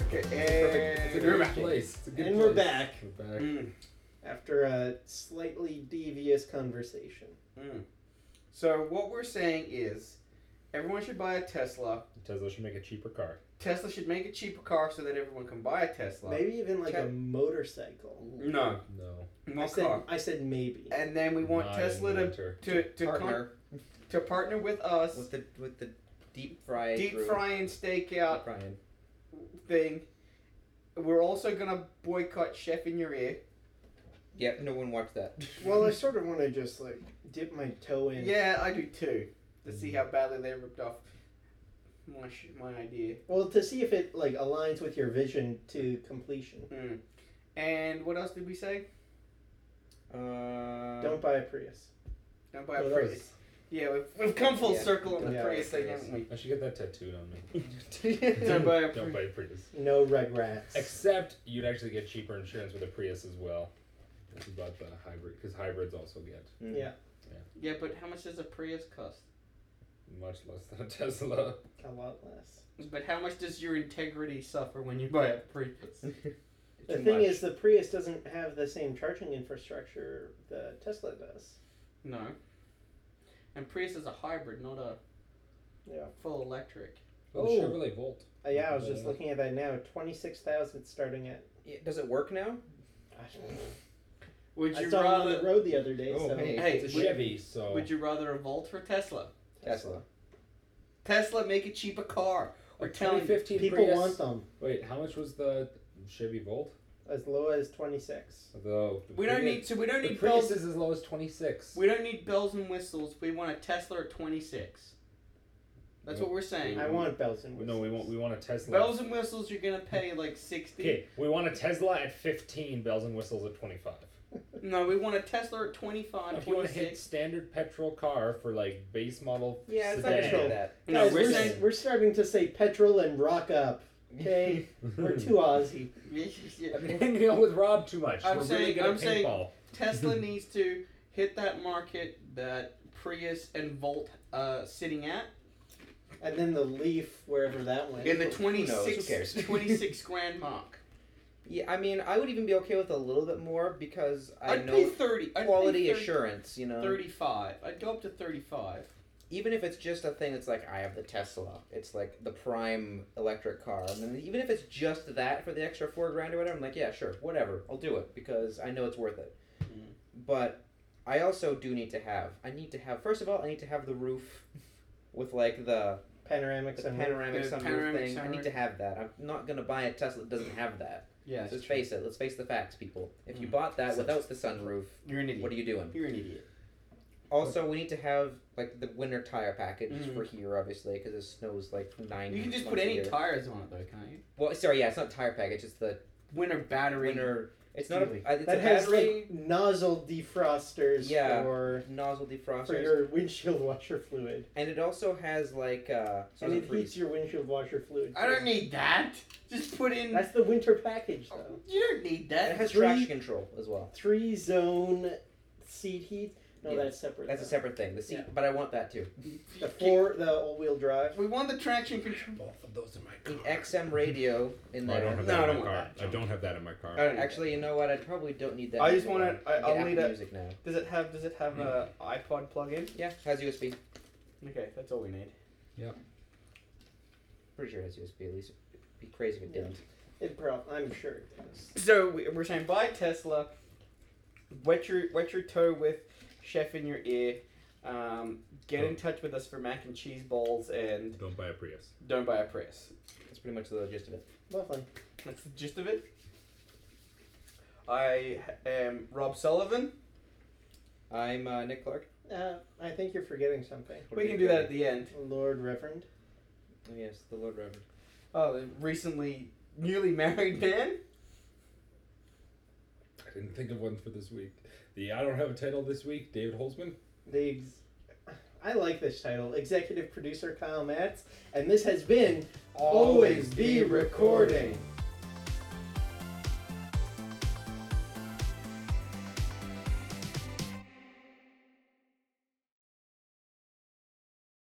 B: okay,
C: Perfect. It's a
B: and-
C: good place. It's a good
E: And we're
C: place.
E: back
C: We're back.
B: Mm,
E: after a slightly devious conversation.
B: mm. So what we're saying is, everyone should buy a Tesla.
C: Tesla should make a cheaper car.
B: Tesla should make a cheaper car so that everyone can buy a Tesla.
E: Maybe even like
B: Okay.
E: a motorcycle.
B: No,
C: No.
E: I
B: more
E: said,
B: car. Eh,
E: I said maybe.
B: And then we want
C: Not in
B: Tesla to
C: winter.
B: to to, con-
D: partner
B: to partner with us,
D: with the with the deep fry
B: deep
D: group.
B: frying stakeout.
D: Deep frying.
B: thing. We're also gonna boycott Chef in Your Ear.
D: Yeah, no one watched that.
E: Well, I sort of want to just like dip my toe in.
B: Yeah, I do too. To see how badly they ripped off my sh- my idea.
E: Well, to see if it like aligns with your vision to completion.
B: Mm. And what else did we say?
D: Uh,
E: Don't buy a Prius.
B: Don't buy a
E: Well, that
B: Prius.
E: was-
F: Yeah, we've, we've come full
D: Yeah.
F: circle on the
E: Yeah.
F: Prius thing, haven't we?
C: I should get that tattooed on me.
F: Done by a Prius.
C: Don't buy a Prius.
E: No red rats.
C: Except you'd actually get cheaper insurance with a Prius as well. If you bought the hybrid, because hybrids also get
D: Mm.
E: yeah,
B: Yeah, but how much does a Prius cost?
C: much less than a Tesla.
E: a lot less.
B: But how much does your integrity suffer when you buy a Prius?
D: Mm.
E: The
F: Too
E: thing
F: much.
E: is, the Prius doesn't have the same charging infrastructure the Tesla does.
B: No. And Prius is a hybrid, not a
E: Yeah.
B: full electric.
C: Well, the
E: Oh.
C: Chevrolet Volt.
E: Uh, yeah, I was just
C: Yeah.
E: looking at that now. Twenty six thousand starting at.
D: Yeah, Does it work now?
B: Would
E: I
B: you
E: saw it on the
B: rather?
E: road the other day.
D: Oh,
E: so
D: hey.
B: Hey,
C: It's a
B: would-
C: Chevy, so
B: Would you rather a Volt or a Tesla?
D: Tesla.
B: Tesla, make a cheaper car.
C: a
B: We're telling you.
C: 2015
E: people
C: Prius.
E: want them
C: Wait, how much was the Chevy Volt?
E: as low as twenty six.
C: The, the
B: We don't need
C: Prius-
B: to. We don't
C: The
B: need
C: Prius
B: bells.
C: is as low as twenty six.
B: We don't need bells and whistles. We want a Tesla at 26. That's
C: No.
B: what we're saying.
E: I want bells and
C: No,
E: whistles.
C: we want we want a Tesla.
B: Bells and whistles, you're gonna pay like 60.
C: Okay, we want a Tesla at 15, bells and whistles at 25.
B: No, we want a Tesla at 25,
C: If you want to hit
B: 26.
C: standard petrol car for like base model
F: Yeah, it's not
C: sedan,
F: petrol.
D: that.
B: No,
E: Guys,
B: we're
E: we're,
B: saying.
E: we're starting to say petrol and rock up. Okay, we're too Aussie.
C: I've been hanging out with Rob too much.
B: I'm
C: We're really
B: saying-
C: good at
B: I'm saying-
C: paintball.
B: Tesla needs to hit that market that Prius and Volt uh, sitting at
E: And then the leaf wherever that went.
B: in the
D: Who knows? Who
B: 26,
D: cares?
B: 26 grand mark.
D: Yeah, I mean, I would even be okay with a little bit more because I
B: I'd pay
D: know
B: 30. I'd
D: quality
B: pay 30,
D: assurance. You know,
B: 35. I'd go up to 35.
D: even if it's just a thing that's like I have the Tesla, it's like the prime electric car, and then even if it's just that for the extra four grand or whatever, I'm like, yeah, sure, whatever, I'll do it because I know it's worth it.
B: Mm.
D: But I also do need to have. I need to have. First of all, I need to have the roof with like the,
E: panoramic
D: the
E: sunroof.
D: panoramic
B: The
D: sunroof
B: panoramic
D: thing. I need
B: sunroof.
D: to have that. I'm not gonna buy a Tesla that doesn't have that.
B: Yeah,
D: Let's face it. Let's face the facts, people. If you bought that without the sunroof,
B: You're an idiot.
D: what are you doing?
B: You're an idiot.
D: Also, we need to have like the winter tire packages for
B: Mhm.
D: here, obviously, because it snows like nine.
B: You can just
D: months
B: put
D: a
B: any
D: year.
B: tires on it though, can't you?
D: Well, sorry, yeah, it's not tire package. It's the
B: Winter battery.
D: winter. It's not a.
B: Really?
D: uh, It's
E: that
D: a
E: has
D: battery
E: like nozzle defrosters
D: Yeah.
E: for
D: nozzle defroster,
E: for your windshield washer fluid,
D: and it also has like uh, so
E: and
D: it
E: it
D: doesn't
E: heats
D: freeze.
E: your windshield washer fluid.
B: I don't need that. Just put in.
E: That's the winter package though.
D: Oh.
B: You don't need that.
D: And it has
E: three-
D: traction control as well.
E: Three zone seat heat. No,
D: Yeah.
E: that's separate.
D: That's a
E: though.
D: separate thing. The seat,
E: Yeah.
D: but I want that too.
E: The four, the all-wheel drive.
B: We want the traction control.
C: Both of those in my
D: The XM radio in
C: Oh, I
D: there.
C: don't
D: Uh,
C: have
B: No,
C: that
B: I
C: in
B: don't
C: my
B: want
C: car.
B: that,
C: I
B: John.
C: don't have that in my
F: I
C: car.
F: don't need
D: Actually, you know what? I probably don't need that.
F: I just
D: anymore.
F: want to.
D: I
F: I'll
D: get
F: need
D: Apple
F: a.
D: music now.
F: Does it have? Does it have a
D: Mm.
F: iPod plug-in?
D: Yeah, it has USB.
B: Okay, that's all we need.
D: Pretty sure it has USB. At least, it'd be crazy if it
E: Yeah.
D: didn't.
E: It prob- I'm sure it does.
F: So we- we're saying buy a Tesla, wet your wet your toe with chef in your ear, um, get
D: Oh.
F: in touch with us for mac and cheese balls, and
C: Don't buy a Prius.
F: don't buy a press.
D: That's pretty much the gist of it.
E: Lovely.
F: That's the gist of it. I am Rob Sullivan.
D: I'm uh, Nick Clark.
E: Uh, I think you're forgetting something.
D: What
F: We
D: do
F: can do
D: you
F: that at
D: think?
F: the end.
E: Lord Reverend.
D: Oh, yes, the Lord Reverend.
F: Oh, the recently newly married man.
C: I didn't think of one for this week. The I don't have a title this week. David Holzman.
E: The ex- I like this title,
F: Oh,
E: Executive Producer Kyle Matz, and this has been Always Be Recording.